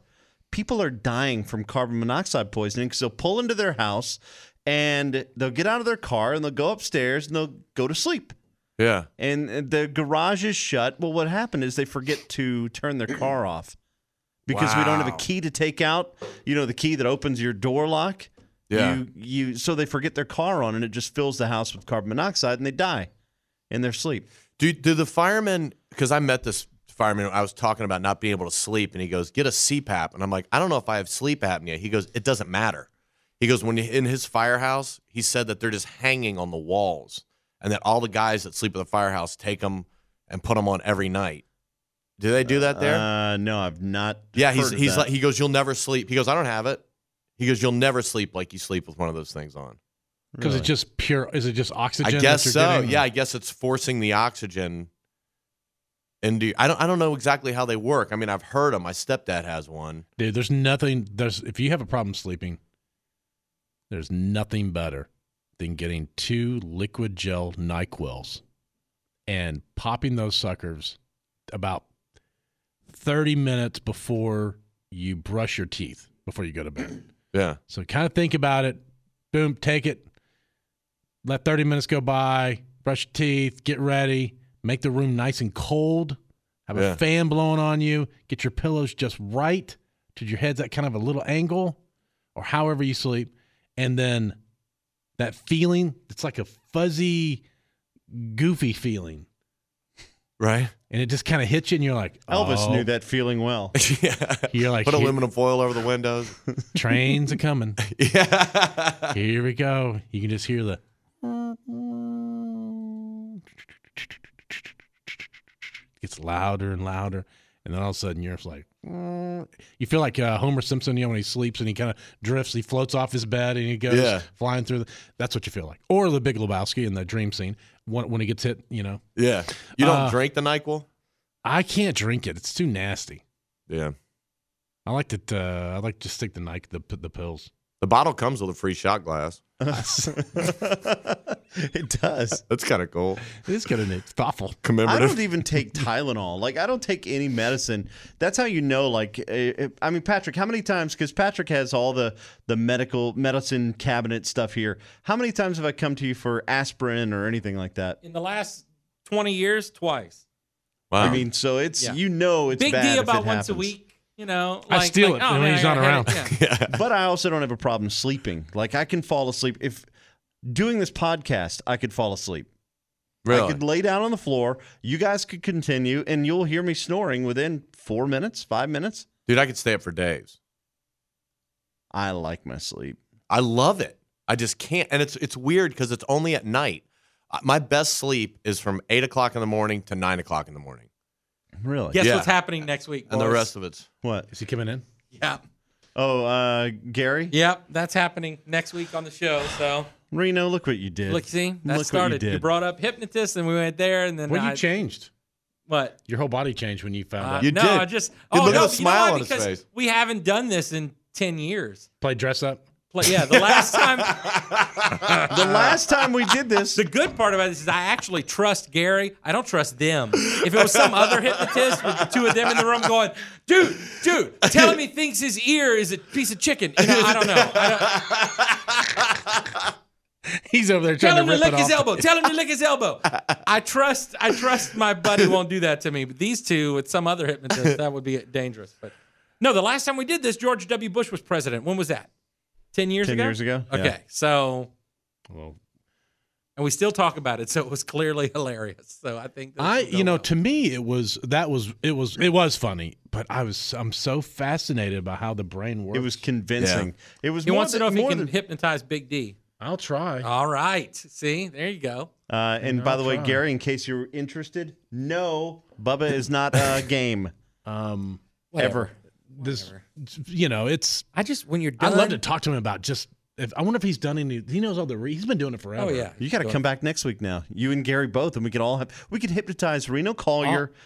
S1: people are dying from carbon monoxide poisoning. So pull into their house, and they'll get out of their car and they'll go upstairs and they'll go to sleep.
S5: Yeah.
S1: and uh, the garage is shut. Well, what happened is they forget to turn their car off because we don't have a
S5: Wow.
S1: key to take out. You know, the key that opens your door lock.
S5: Yeah.
S1: You, you so they forget their car on and it just fills the house with carbon monoxide and they die in their sleep.
S5: Do do the firemen? Because I met this fireman. I was talking about not being able to sleep, and he goes, "Get a CPAP." And I'm like, "I don't know if I have sleep apnea." He goes, "It doesn't matter." He goes, "When you in his firehouse, he said that they're just hanging on the walls, and that all the guys that sleep at the firehouse take them and put them on every night." Do they do that there?
S1: Uh, no, I've not.
S5: yeah, he's
S1: heard of
S5: he's
S1: that.
S5: like he goes, "You'll never sleep." He goes, "I don't have it." He goes, "You'll never sleep like you sleep with one of those things on."
S4: Because
S1: Really?
S4: it's just pure. Is it just oxygen?
S5: I
S4: that
S5: guess
S4: you're
S5: so.
S4: getting?
S5: Yeah, I guess it's forcing the oxygen into. I don't. I don't know exactly how they work. I mean, I've heard them. My stepdad has one.
S4: dude. There's nothing. There's if you have a problem sleeping, there's nothing better than getting two liquid gel Nyquil's and popping those suckers about 30 minutes before you brush your teeth before you go to bed.
S5: Yeah.
S4: So kind of think about it. Boom, take it. Let 30 minutes go by. Brush your teeth. Get ready. Make the room nice and cold. Have
S5: Yeah.
S4: a fan blowing on you. Get your pillows just right to your head's at kind of a little angle or however you sleep. And then that feeling, it's like a fuzzy, goofy feeling.
S5: Right.
S4: And it just kind of hits you, and you're like,
S1: Elvis
S4: oh,
S1: knew that feeling well.
S5: yeah.
S4: You're like,
S5: Put
S4: "Here-
S5: aluminum foil over the windows.
S4: trains are coming.
S5: yeah.
S4: Here we go. You can just hear the. Gets louder and louder, and then all of a sudden you're just like, you feel like uh, Homer Simpson. You know when he sleeps and he kind of drifts, he floats off his bed and he goes
S5: Yeah.
S4: flying through. The, that's what you feel like. Or the Big Lebowski in the dream scene when, when he gets hit. You know,
S5: Yeah. You don't
S4: Uh,
S5: drink the Nyquil.
S4: I can't drink it. It's too nasty.
S5: Yeah.
S4: I like to. Uh, I like to stick the Nike the the pills.
S5: The bottle comes with a free shot glass.
S1: it does.
S5: That's kind of cool.
S4: It's kind of thoughtful.
S1: I
S5: Commemorative.
S1: don't even take Tylenol. Like I don't take any medicine. That's how you know. Like eh, eh, I mean, Patrick, how many times? Because Patrick has all the the medical medicine cabinet stuff here. How many times have I come to you for aspirin or anything like that?
S3: In the last 20 years, twice.
S5: Wow.
S1: I mean, so it's
S3: Yeah.
S1: you know it's
S3: Big
S1: bad if
S3: D
S1: it
S3: about once a
S1: happens.
S3: week, you know.
S4: I steal it when
S3: man,
S4: he's
S3: I got
S4: not
S3: a
S4: around.
S3: headache. Yeah.
S5: yeah.
S1: But I also don't have a problem sleeping. Like I can fall asleep if doing this podcast, I could fall asleep. I
S5: Really.
S1: could lay down on the floor. You guys could continue, and you'll hear me snoring within four minutes, five minutes.
S5: Dude, I could stay up for days.
S1: I like my sleep.
S5: I love it. I just can't. And it's it's weird because it's only at night. Uh, My best sleep is from eight o'clock in the morning to nine o'clock in the morning,
S1: Really?
S3: Guess
S5: Yeah.
S3: what's happening next week?
S5: and the
S3: boys?
S5: rest of it's
S1: What?
S4: Is he coming in?
S3: Yeah.
S1: Oh, uh, Gary?
S3: Yep. That's happening next week on the show. So
S1: Reno, look what you did.
S3: look, see, that
S1: Look what
S3: started.
S1: you
S3: You,
S1: did.
S3: brought up hypnotist, and we went there, and then
S4: Well,
S3: I,
S4: you changed.
S3: What?
S4: Your whole body changed when you found
S3: Uh,
S4: out.
S5: You
S3: no,
S5: did.
S3: I just.
S5: Dude,
S3: oh no,
S5: look at the
S3: you know
S5: smile
S3: why?
S5: on his
S3: because
S5: face.
S3: we haven't done this in 10 years.
S4: Play dress up.
S3: Like, yeah, the last time.
S1: the last time we did this,
S3: Ah. The good part about this is I actually trust Gary. I don't trust them. If it was some other hypnotist with the two of them in the room going, dude, dude, telling me thinks his ear is a piece of chicken. You know, I don't know. I don't,
S4: He's over there
S3: tell
S4: trying
S3: him
S4: to
S3: to
S4: rip
S3: lick
S4: it
S3: his
S4: off.
S3: elbow. Tell him to lick his elbow. I trust. I trust my buddy won't do that to me. But these two with some other hypnotist, that would be dangerous. But no, the last time we did this, George W. Bush was president. When was that? Ten years
S1: 10
S3: ago.
S1: years ago?
S3: Okay,
S1: Yeah.
S3: so
S4: Well,
S3: and we still talk about it. So it was clearly hilarious. So I think this
S4: I,
S3: will go
S4: you know,
S3: well.
S4: to me it was that was it was it was funny, but I was I'm so fascinated by how the brain works.
S1: it was convincing. It was
S3: he
S1: more
S3: wants to
S1: than,
S3: know if he
S1: more
S3: can
S1: than-
S3: hypnotize Big D.
S4: I'll try.
S3: All right, see, there you go.
S1: uh, and by the way,
S4: try.
S1: Gary, in case you're interested, no, Bubba is not a game
S4: um,
S1: ever.
S4: this, you know, it's
S3: I just when you're
S4: I
S3: done.
S4: love to talk to him about just. If, I wonder if he's done any. He knows all the. Re, he's been doing it forever.
S3: Oh yeah,
S1: You got to come back next week now. You and Gary both, and we could all have we could hypnotize Reno Collier
S3: Oh.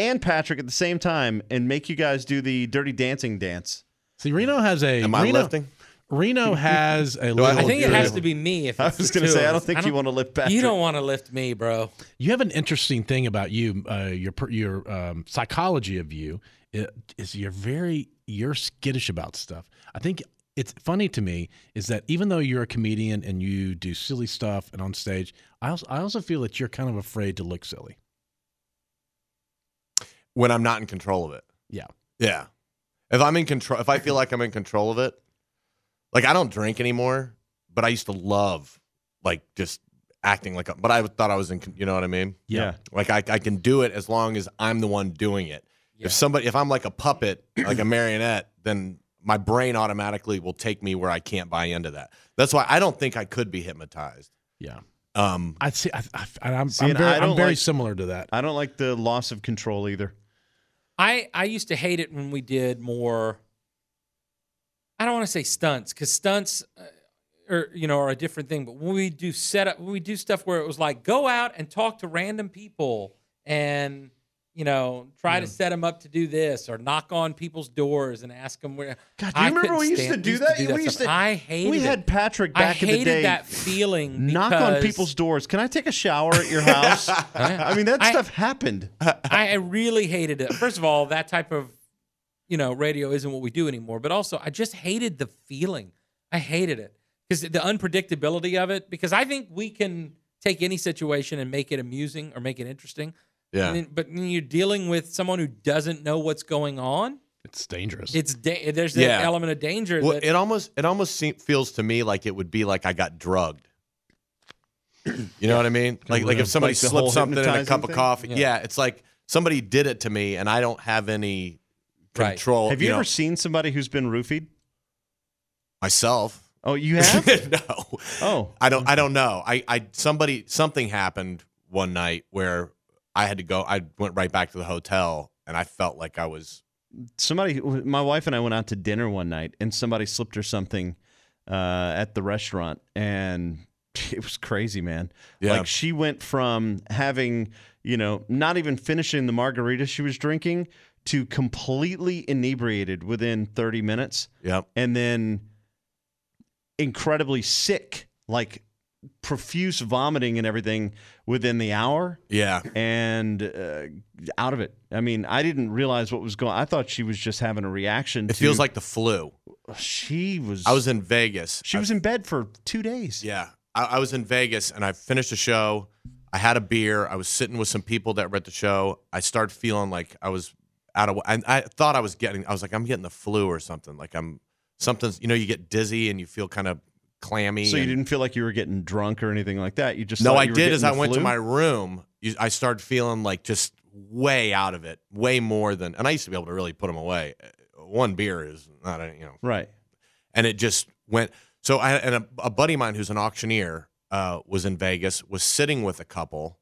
S1: and Patrick at the same time and make you guys do the dirty dancing dance.
S4: See, Reno has a.
S5: Am I
S4: Reno,
S5: lifting?
S4: Reno has a.
S5: I
S4: little,
S3: I think it
S5: Yeah.
S3: has to be me. If
S1: I
S3: it's
S1: was
S3: the
S1: going to
S3: two
S1: say,
S3: of
S1: I don't
S3: us.
S1: think you want to lift Patrick.
S3: You don't want to lift me, bro.
S4: You have an interesting thing about you, uh, your per- your um, psychology of you i- is you're very you're skittish about stuff. I think it's funny to me is that even though you're a comedian and you do silly stuff and on stage, I also, I also feel that you're kind of afraid to look silly.
S5: when I'm not in control of it.
S4: Yeah.
S5: Yeah. If I'm in control, if I feel like I'm in control of it, like I don't drink anymore, but I used to love like just acting like, a, but I thought I was in, con- you know what I mean?
S1: Yeah.
S5: Like I, I can do it as long as I'm the one doing it.
S3: Yeah.
S5: If somebody, if I'm like a puppet, like a marionette, then my brain automatically will take me where I can't buy into that. That's why I don't think I could be hypnotized.
S4: Yeah.
S5: Um,
S4: I see. I, I, I'm,
S1: See,
S4: I'm
S1: and
S4: very,
S1: I
S4: I'm
S1: don't
S4: very
S1: like-
S4: similar to that.
S1: I don't like the loss of control either.
S3: I I used to hate it when we did more. I don't want to say stunts because stunts, uh, are you know, are a different thing. But when we do setup, when we do stuff where it was like go out and talk to random people and you know try to set them up to do this or knock on people's doors and ask them where.
S1: God, Ah, do you
S3: I
S1: remember
S3: couldn't
S1: we used to
S3: stand-
S1: do that? We used
S3: stuff.
S1: to-
S3: I hated.
S1: we
S3: it.
S1: had Patrick
S3: I
S1: back in
S3: hated
S1: the day.
S3: that feeling.
S1: Knock on
S3: because- Oh,
S1: people's doors. Can I take a shower at your house? I mean, that
S3: I-
S1: stuff happened.
S3: I, I really hated it. First of all, that type of you know radio isn't what we do anymore. But also, I just hated the feeling. I hated it because the unpredictability of it. Because I think we can take any situation and make it amusing or make it interesting.
S5: yeah.
S3: And then- but when you're dealing with someone who doesn't know what's going on,
S4: It's dangerous.
S3: it's da- there's that
S5: Yeah.
S3: element of danger.
S5: Well,
S3: that,
S5: it almost it almost seem, feels to me like it would be like I got drugged. You know what I mean? Like like
S1: the-
S5: if somebody
S1: like the whole
S5: slipped something in a
S1: hypnotizing
S5: cup
S1: thing?
S5: of coffee.
S3: Yeah.
S5: Yeah. it's like somebody did it to me and I don't have any
S3: Right.
S5: control.
S1: Have you,
S5: know,
S1: ever seen somebody who's been roofied?
S5: myself?
S1: Oh, you have?
S5: no.
S1: oh,
S5: I don't I don't know. I, I somebody something happened one night where I had to go I went right back to the hotel and I felt like I was
S1: somebody. My wife and I went out to dinner one night, and somebody slipped her something uh, at the restaurant, and it was crazy, man.
S5: Yeah.
S1: Like she went from having, you know, not even finishing the margarita she was drinking to completely inebriated within 30 minutes.
S5: Yep.
S1: and then incredibly sick, like profuse vomiting and everything within the hour
S5: Yeah.
S1: and uh, out of it. I mean, I didn't realize what was going. I thought she was just having a reaction.
S5: It
S1: to-
S5: feels like the flu.
S1: she was.
S5: I was in Vegas.
S1: She was in bed for two days.
S5: Yeah. I, I was in Vegas and I finished a show. I had a beer. I was sitting with some people that were at the show. I started feeling like I was out of. I, I thought I was getting. I was like, I'm getting the flu or something. Like I'm something's. You know, you get dizzy and you feel kind of clammy.
S1: So you
S5: and-
S1: didn't feel like you were getting drunk or anything like that. You just
S5: No,
S1: thought
S5: I
S1: you were
S5: did. As I
S1: getting the
S5: went to
S1: flu?
S5: my room, you, I started feeling like just way out of it, way more than. And I used to be able to really put them away. Uh, One beer is not. A, you know,
S1: right.
S5: and it just went. So I and a, a buddy of mine who's an auctioneer uh, was in Vegas, was sitting with a couple.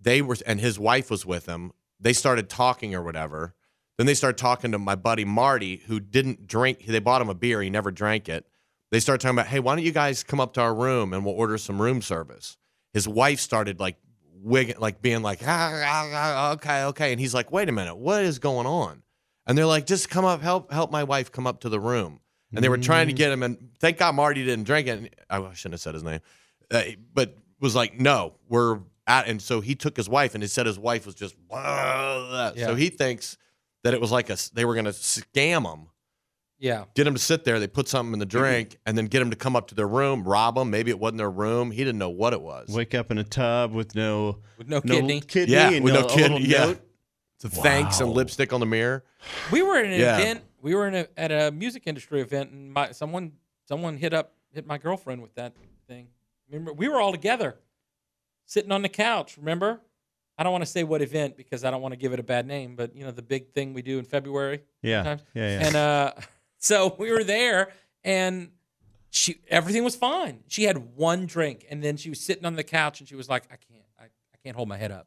S5: They were and his wife was with him. They started talking or whatever. Then they started talking to my buddy Marty, who didn't drink. They bought him a beer. He never drank it. They started talking about, hey, why don't you guys come up to our room and we'll order some room service? His wife started like wigging, like being like, ah, ah, ah, okay, okay, and he's like, wait a minute, what is going on? And they're like, just come up, help, help my wife come up to the room. And they were trying
S3: Mm.
S5: to get him, and thank God Marty didn't drink it. And I shouldn't have said his name, uh, but was like, no, we're out. And so he took his wife, and he said his wife was just, "Blah."
S3: Yeah.
S5: so he thinks that it was like a s- they were going to scam him
S3: yeah,
S5: get him to sit there. They put something in the drink,
S3: Mm-hmm.
S5: and then get him to come up to their room, rob him. Maybe it wasn't their room. He didn't know what it was.
S1: Wake up in a tub with no
S3: with no,
S1: no
S3: kidney.
S1: kidney
S5: yeah,
S1: and
S5: with
S1: no,
S5: no
S1: a
S5: kid.
S1: little
S5: Yeah.
S1: note.
S5: So Thanks and
S4: Wow.
S5: lipstick on the mirror.
S3: We were at an
S5: Yeah.
S3: event. We were in a, at a music industry event, and my someone someone hit up hit my girlfriend with that thing. Remember, we were all together, sitting on the couch. Remember, I don't want to say what event because I don't want to give it a bad name, but you know the big thing we do in February.
S1: Yeah,
S3: sometimes.
S1: yeah, yeah.
S3: And uh, so we were there, and she everything was fine. She had one drink, and then she was sitting on the couch, and she was like, "I can't, I, I can't hold my head up.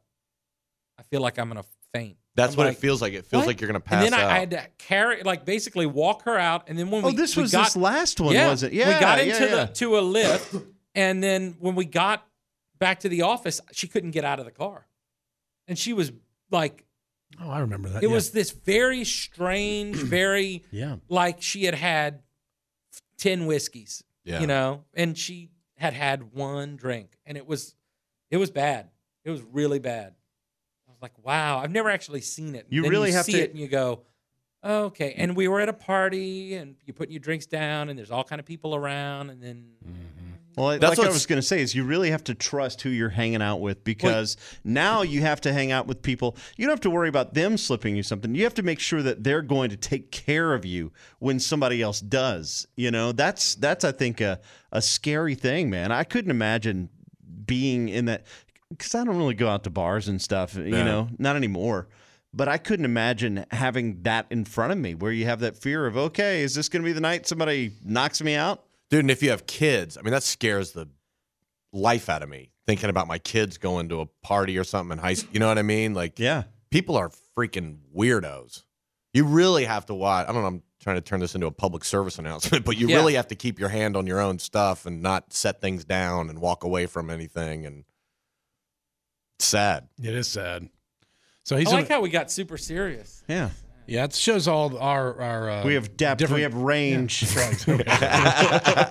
S3: I feel like I'm gonna faint."
S5: That's
S3: I'm
S5: what
S3: like,
S5: it feels like. It feels
S3: "What?"
S5: like you're gonna pass
S3: And then
S5: out.
S3: I, I had to carry, like, basically walk her out. And then when
S1: oh,
S3: we
S1: this
S3: we
S1: was
S3: got,
S1: this last one,
S3: yeah,
S1: was it? Yeah,
S3: we got
S1: yeah,
S3: into
S1: yeah.
S3: the to a lift, and then when we got back to the office, she couldn't get out of the car, and she was like,
S4: oh, I remember
S1: Uh,
S4: that.
S3: it
S4: yeah.
S3: was this very strange, very
S4: Yeah.
S3: like she had had ten whiskeys,
S5: yeah.
S3: you know, and she had had one drink, and it was it was bad. It was really bad. I was like, wow, I've never actually seen it. And
S1: You
S3: then
S1: really
S3: you
S1: have
S3: see
S1: to-
S3: it and you go, okay. And
S1: Mm-hmm.
S3: we were at a party, and you put your drinks down, and there's all kind of people around, and then
S1: Well, I-
S5: That's
S1: like I
S5: what's-
S1: was going to say is you really have to trust who you're hanging out with because now you have to hang out with people. You don't have to worry about them slipping you something. You have to make sure that they're going to take care of you when somebody else does. You know, that's that's I think a a scary thing, man. I couldn't imagine being in that because I don't really go out to bars and stuff. You know, not anymore. But I couldn't imagine having that in front of me, where you have that fear of, okay, is this going to be the night somebody knocks me out?
S5: dude. And if you have kids, I mean, that scares the life out of me. Thinking about my kids going to a party or something in high school, you know what I mean? Like,
S1: Yeah.
S5: people are freaking weirdos. You really have to watch. I don't know. I'm trying to turn this into a public service announcement, but you
S3: Yeah.
S5: really have to keep your hand on your own stuff and not set things down and walk away from anything. And it's sad.
S4: It is sad. So he's
S3: I like
S4: on,
S3: how we got super serious.
S1: Yeah.
S4: yeah. It shows all our our.
S5: Um,
S4: Uh,
S1: We have depth.
S4: different-
S1: We have range.
S4: That's right.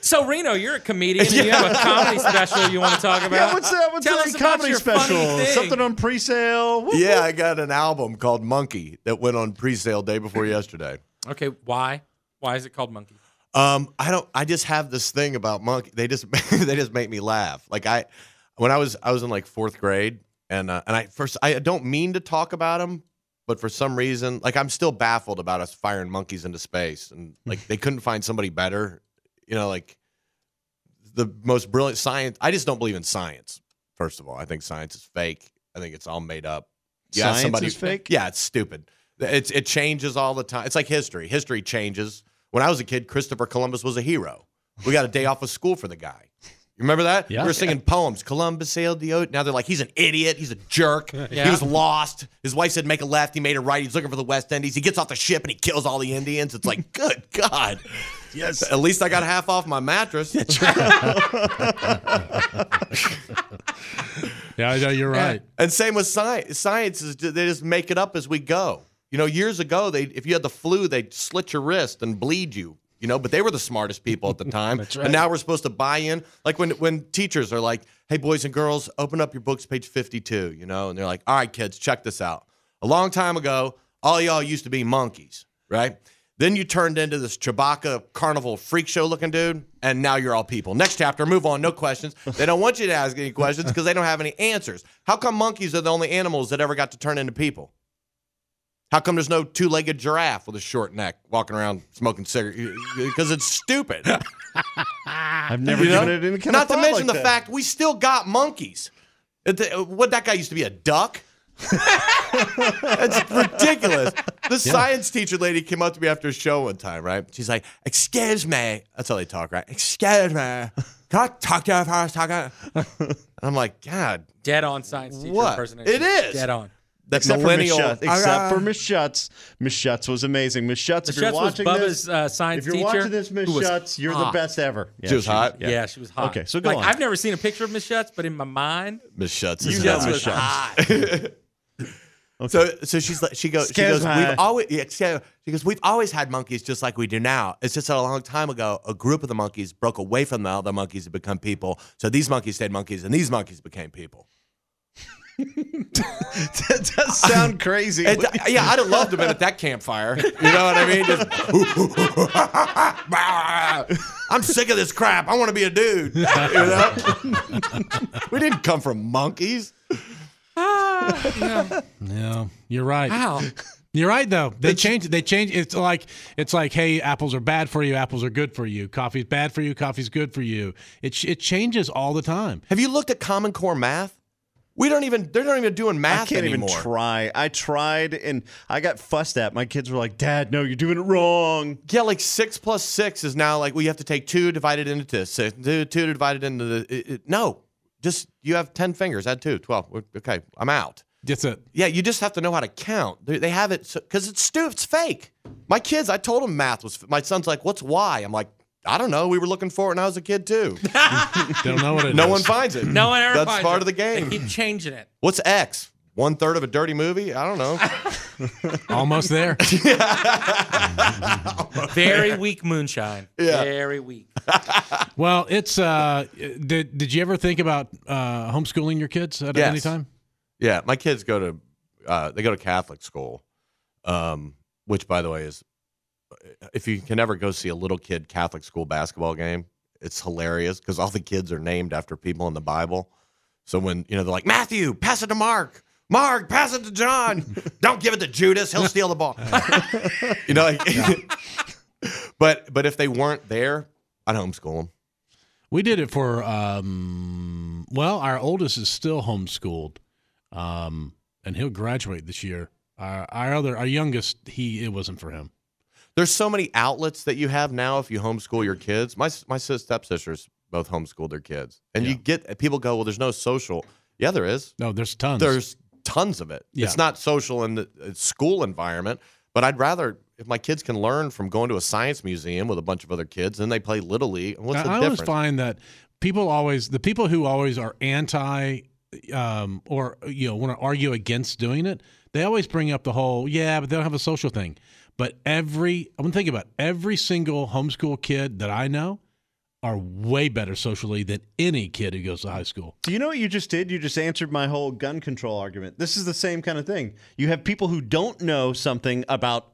S3: So Reno, you're a comedian. and You have a comedy special you want to talk about?
S1: Yeah, what's that? What's
S3: Tell
S1: that
S3: us about
S1: comedy
S3: your funny
S1: special?
S3: thing.
S1: Something on pre-sale. Woo.
S5: Yeah, I got an album called Monkey that went on pre-sale day before yesterday.
S3: Okay, why? Why is it called Monkey?
S5: Um, I don't. I just have this thing about monkey. They just they just make me laugh. Like I, when I was I was in like fourth grade, and uh, and I first I don't mean to talk about them, but for some reason, like I'm still baffled about us firing monkeys into space, and
S1: Hmm.
S5: like they couldn't find somebody better. You know, like the most brilliant science. I just don't believe in science. First of all, I think science is fake. I think it's all made up.
S1: Science is fake?
S5: Yeah, it's stupid. It's it changes all the time. It's like history. History changes. When I was a kid, Christopher Columbus was a hero. We got a day off of school for the guy. You remember that?
S4: Yeah.
S5: We were singing poems. Columbus sailed the ocean. Now they're like, he's an idiot. He's a jerk.
S3: Yeah.
S5: He was lost. His wife said, make a left. He made a right. He's looking for the West Indies. He gets off the ship and he kills all the Indians. It's like, good God. Yes. At least I got half off my mattress.
S4: yeah, I know, you're right.
S5: And same with science. Science is ju- they just make it up as we go. You know, years ago, they if you had the flu, they'd slit your wrist and bleed you. You know, but they were the smartest people at the time. And now we're supposed to buy in. Like when when teachers are like, "Hey, boys and girls, open up your books, page fifty-two. You know, and they're like, "All right, kids, check this out. A long time ago, all y'all used to be monkeys, right? Then you turned into this Chewbacca carnival freak show looking dude, and now you're all people. Next chapter, move on, no questions. They don't want you to ask any questions because they don't have any answers. How come monkeys are the only animals that ever got to turn into people? How come there's no two legged giraffe with a short neck walking around smoking cigarettes? Because it's stupid.
S1: I've never
S5: You know?
S1: given it any kind
S5: Not
S1: of
S5: to
S1: thought
S5: mention
S1: like
S5: the
S1: that.
S5: fact we still got monkeys. It- the- What that guy used to be a duck. That's ridiculous. The science teacher lady came up to me after a show one time, right? She's like, "Excuse me," that's how they talk, right? "Excuse me, can I talk to you if I was talking?" And I'm like, "God,
S3: Dead on science teacher
S5: What?
S3: impersonation.
S5: It is.
S3: dead on.
S5: that
S1: Except for Miss
S5: millennial."
S1: Schutz. Except
S5: Uh,
S1: for Miss Schutz. Miss Schutz was amazing. Miss Schutz, if
S3: The
S1: you're
S3: Schutz was
S1: watching
S3: Bubba's
S1: this,
S3: uh, science
S1: if you're
S3: teacher.
S1: watching this, Miss
S3: who was
S1: Schutz, you're
S3: hot.
S1: the best ever. Yeah,
S5: She was hot?
S3: Yeah. she was hot.
S1: Okay, so go
S3: like,
S1: on.
S3: I've never seen a picture of Miss Schutz, but in my mind,
S5: Miss Schutz
S1: You
S5: is
S1: know
S5: nuts.
S1: Miss Schutz.
S5: So, so she's like, she goes, she
S1: Excuse
S5: goes,
S1: me.
S5: we've always, yeah, excuse- she goes, we've always had monkeys just like we do now. It's just that a long time ago, a group of the monkeys broke away from the other monkeys to become people. So these monkeys stayed monkeys, and these monkeys became people.
S1: that does sound crazy.
S5: And, uh, yeah, I'd have loved to been at that campfire. You know what I mean? Just, I'm sick of this crap. I want to be a dude. You know? we didn't come from monkeys.
S4: Yeah, you're right.
S3: Ah, wow.
S4: You're right though. They change. They change. It's like it's like, hey, apples are bad for you. Apples are good for you. Coffee's bad for you. Coffee's good for you. It ch- it changes all the time.
S5: Have you looked at Common Core math? We don't even, they're not even doing
S1: I
S5: math
S1: can't
S5: anymore.
S1: even try. I tried and I got fussed at. My kids were like, "Dad, no, you're doing it wrong."
S5: Yeah, like six plus six is now like well, you have to take two divided into two, six, two, two divided into the. It, it- no, just you have ten fingers. Add two, 12. We're- Okay, I'm out.
S4: That's it.
S5: Yeah, you just have to know how to count. They, they have it because it's stupid. It's fake. My kids, I told them math was. f- My son's like, "What's why?" I'm like, "I don't know. We were looking for it when I was a kid too.
S4: They don't know what it
S5: No
S4: is.
S5: one finds it.
S3: No one ever
S5: That's
S3: finds
S5: part
S3: it.
S5: of the game.
S3: They keep changing it.
S5: What's X? One third of a dirty movie? I don't know.
S4: Almost there.
S3: Very weak moonshine.
S5: Yeah.
S3: Very weak.
S4: Well, it's uh, did did you ever think about uh, homeschooling your kids at
S5: Yes.
S4: any time?
S5: Yeah, my kids go to uh, they go to Catholic school, um, which by the way is if you can ever go see a little kid Catholic school basketball game, It's hilarious because all the kids are named after people in the Bible. So when you know they're like Matthew, pass it to Mark. Mark, pass it to John. Don't give it to Judas. He'll steal the ball. you know. Like, but but if they weren't there, I'd homeschool them.
S4: We did it for um well, our oldest is still homeschooled. Um and he'll graduate this year. Our, our other our youngest, he it wasn't for him.
S5: There's so many outlets that you have now if you homeschool your kids. My my sis- stepsisters both homeschool their kids, and you get people go, well, there's no social. Yeah, there is.
S4: No, there's tons.
S5: There's tons of it.
S4: Yeah.
S5: It's not social in the uh, school environment, but I'd rather if my kids can learn from going to a science museum with a bunch of other kids and they play little league. What's
S4: I,
S5: the
S4: I always
S5: difference?
S4: find that people always the people who always are anti um or you know want to argue against doing it, they always bring up the whole yeah, but they don't have a social thing. But every I'm thinking about it, every single homeschool kid that I know are way better socially than any kid who goes to high school.
S1: Do you know what you just did? You just answered my whole gun control argument. This is the same kind of thing. You have people who don't know something about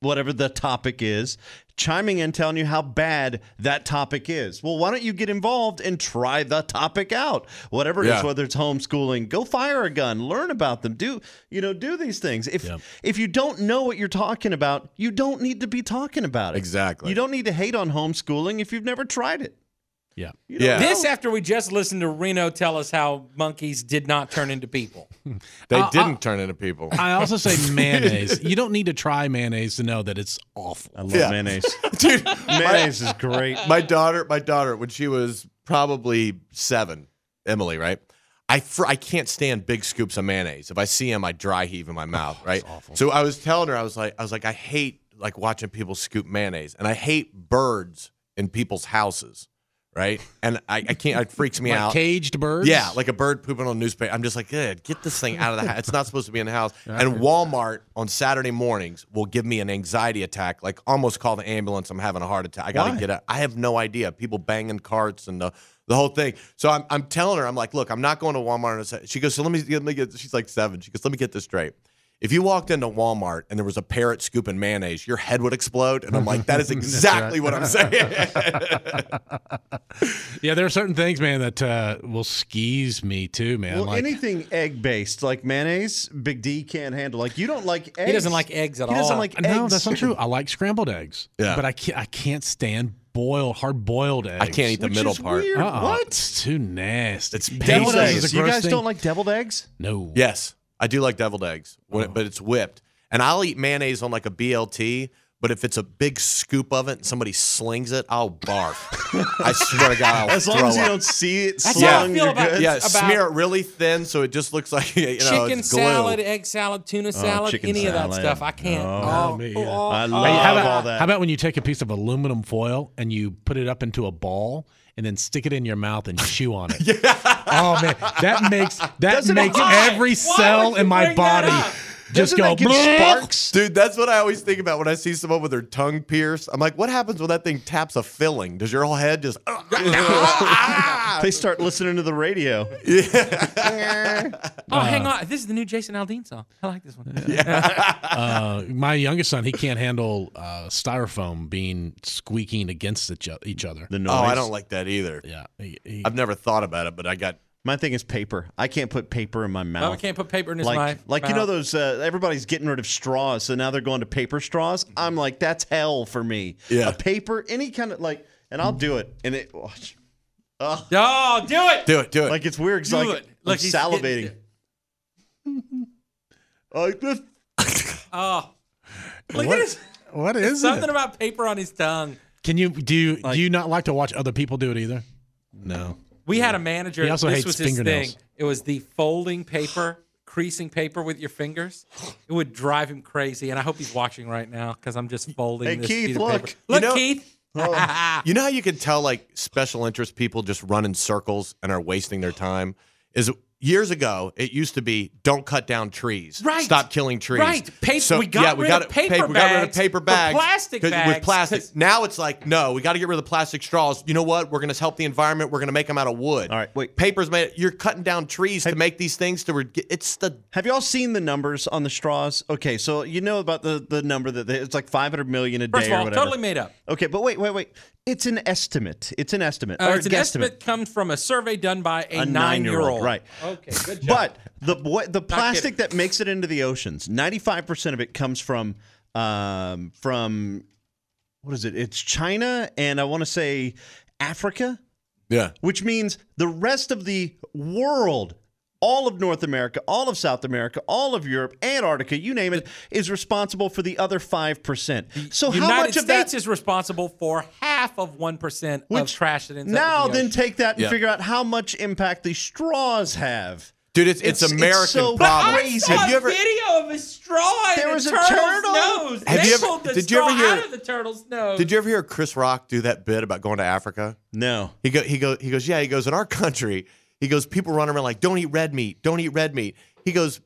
S1: whatever the topic is chiming in telling you how bad that topic is. Well, why don't you get involved and try the topic out? Whatever it
S5: Yeah.
S1: is, whether it's homeschooling, go fire a gun, learn about them, do, you know, do these things. If
S4: Yeah.
S1: if you don't know what you're talking about, you don't need to be talking about it.
S5: Exactly.
S1: You don't need to hate on homeschooling if you've never tried it.
S4: Yeah.
S1: You don't
S5: Yeah.
S1: know.
S3: This after we just listened to Reno tell us how monkeys did not turn into people.
S5: they
S4: I- I-
S5: didn't turn into people.
S4: I also say mayonnaise. you don't need to try mayonnaise to know that it's awful.
S1: I love
S5: Yeah.
S1: mayonnaise.
S5: Dude,
S1: mayonnaise is great.
S5: my daughter, my daughter, when she was probably seven, Emily, right? I fr- I can't stand big scoops of mayonnaise. If I see them, I dry heave in my mouth, right? So I was telling her, I was like, I was like, I hate like watching people scoop mayonnaise, and I hate birds in people's houses, right? And I, I can't, it freaks me
S4: Like
S5: out.
S4: caged birds.
S5: Yeah, like a bird pooping on newspaper. I'm just like, good, get this thing out of the house. It's not supposed to be in the house. And Walmart on Saturday mornings will give me an anxiety attack, like almost call the ambulance. I'm having a heart attack. I gotta
S1: Why?
S5: get out. I have no idea. People banging carts and the the whole thing. So I'm, I'm telling her, I'm like, look, I'm not going to Walmart. on a Sa-" She goes, so let me, let me get. She's like seven. She goes, let me get this straight. If you walked into Walmart and there was a parrot scooping mayonnaise, your head would explode. And I'm like, that is exactly what I'm saying.
S4: yeah. There are certain things, man, that uh, will skeeze me too, man.
S1: Well,
S4: like,
S1: anything egg based, like mayonnaise, Big D can't handle. Like you don't like eggs.
S3: He doesn't like eggs at
S1: He
S3: all.
S1: doesn't like eggs.
S4: no, that's not true. I like scrambled eggs.
S5: Yeah.
S4: but I can't. I can't stand boiled, hard boiled eggs.
S5: I can't eat the
S1: Which
S5: middle
S1: is
S5: part.
S1: weird.
S4: Uh-uh,
S1: What?
S4: It's too nasty.
S5: It's
S4: Pizza
S1: Deviled
S5: Deviled
S4: is a
S1: eggs. You
S4: gross
S1: guys
S4: thing.
S1: don't like deviled eggs?
S4: No.
S5: Yes, I do like deviled eggs,
S1: Oh.
S5: when it, but it's whipped. And I'll eat mayonnaise on like a BLT, but if it's a big scoop of it and somebody slings it, I'll barf. I swear to God, I'll
S1: As long
S5: throw
S1: as you
S5: up.
S1: don't see it
S3: That's
S1: slung,
S5: how I
S3: feel
S1: you're
S3: about-
S1: good.
S5: yeah,
S3: about-
S5: smear it really thin so it just looks like you know
S3: chicken
S5: it's glue.
S3: salad, egg salad, tuna salad,
S1: chicken
S3: any of that
S1: salad.
S3: stuff. I can't.
S1: No.
S3: Oh,
S4: Me
S3: oh,
S4: either.
S3: oh,
S1: I
S3: oh.
S1: love
S4: Hey, how about,
S1: all that.
S4: How about when you take a piece of aluminum foil and you put it up into a ball and then stick it in your mouth and chew on it? Oh man, that makes that
S1: Doesn't it
S4: makes
S1: give-
S4: every
S3: Why
S4: cell
S3: would you
S4: in my
S3: bring that
S4: body
S3: up?
S4: just
S1: Doesn't
S4: go
S1: that give
S4: "Bleh."
S1: sparks?
S5: Dude, that's what I always think about when I see someone with their tongue pierced. I'm like, what happens when that thing taps a filling? Does your whole head just? Ah!
S1: They start listening to the radio.
S3: Oh, hang on. This is the new Jason Aldean song. I like this one.
S4: Uh, my youngest son, he can't handle uh, styrofoam being squeaking against each o- each other.
S1: The noise.
S5: oh, I don't like that either.
S4: Yeah, he- he-
S5: I've never thought about it, but I got
S1: My thing is paper. I can't put paper in my mouth.
S3: Oh, we can't put paper in his
S1: like,
S3: mouth.
S1: like you
S3: mouth.
S1: know those uh, everybody's getting rid of straws, so now they're going to paper straws. I'm like, that's hell for me.
S5: Yeah.
S1: a paper, any kind of like, and I'll do it, and it, oh,
S3: Oh, do it.
S5: do it, do it.
S1: like it's weird. 'cause,
S3: Do
S1: like,
S3: it.
S1: I'm
S3: Look, he's getting-
S1: salivating. Like this.
S3: Oh. Look
S4: What-
S3: at his
S4: what is
S3: something about paper on his tongue.
S4: Can you do? You, do you not like to watch other people do it either? No.
S3: We had a manager.
S4: He also
S3: this
S4: hates
S3: was his
S4: fingernails.
S3: thing. It was the folding paper, creasing paper with your fingers. It would drive him crazy, and I hope he's watching right now because I'm just folding.
S1: Hey,
S3: this
S1: Keith,
S3: sheet of
S1: look. Oh.
S3: paper.
S5: You
S3: look,
S5: know-
S3: Keith.
S5: You know how you can tell like special interest people just run in circles and are wasting their time? Is years ago it used to be don't cut down trees.
S3: Right.
S5: Stop killing trees.
S3: Right. Pa- we got rid of
S5: it-
S3: paper
S5: we got rid of
S3: bags
S5: paper
S3: for
S5: bags.
S3: plastic
S5: 'cause- With
S3: bags,
S5: plastic.
S3: 'cause-
S5: Now it's like, no, we got to get rid of the plastic straws. You know what? We're going to help the environment. We're going to make them out of wood.
S1: All right, wait.
S5: Paper's made. You're cutting down trees to make these things to. Re- it's the.
S1: Have y'all seen the numbers on the straws? Okay, so you know about the the number that they, it's like 500 million a day
S3: First of
S1: or
S3: all,
S1: whatever.
S3: totally made up.
S1: Okay, but wait, wait, wait. It's an estimate. It's an estimate.
S3: Uh,
S1: or
S3: it's an
S1: guesstimate.
S3: estimate comes from a survey done by a,
S1: A
S3: nine-year-old.
S1: nine-year-old, right.
S3: Okay, good job.
S1: But the what, the plastic that makes it into the oceans, ninety five percent of it comes from um, from what is it? It's China and I want to say Africa,
S5: Yeah.
S1: which means the rest of the world, all of North America, all of South America, all of Europe, Antarctica, you name it, is responsible for the other five percent. So
S3: United
S1: how much
S3: States
S1: of that?
S3: is responsible for half of one percent of
S1: Which-
S3: trash that ends
S1: Now
S3: up in the
S1: then,
S3: ocean.
S1: take that and
S5: Yeah.
S1: figure out how much impact the straws have.
S5: Dude, it's,
S1: It's-
S5: it's,
S1: it's
S5: American
S1: so
S5: problem.
S1: crazy.
S3: I saw
S5: Have you ever
S3: a video of a straw in
S1: There
S3: a
S1: was a
S3: turtle's
S1: turtle?
S3: nose.
S5: Have
S3: they
S5: you ever-
S3: pulled the
S5: did you
S3: straw
S5: ever hear-
S3: out of the turtle's nose.
S5: did you ever hear Chris Rock do that bit about going to Africa?
S1: No.
S5: He go he go he goes, Yeah, he goes, in our country, he goes, people run around like, Don't eat red meat, don't eat red meat. He goes,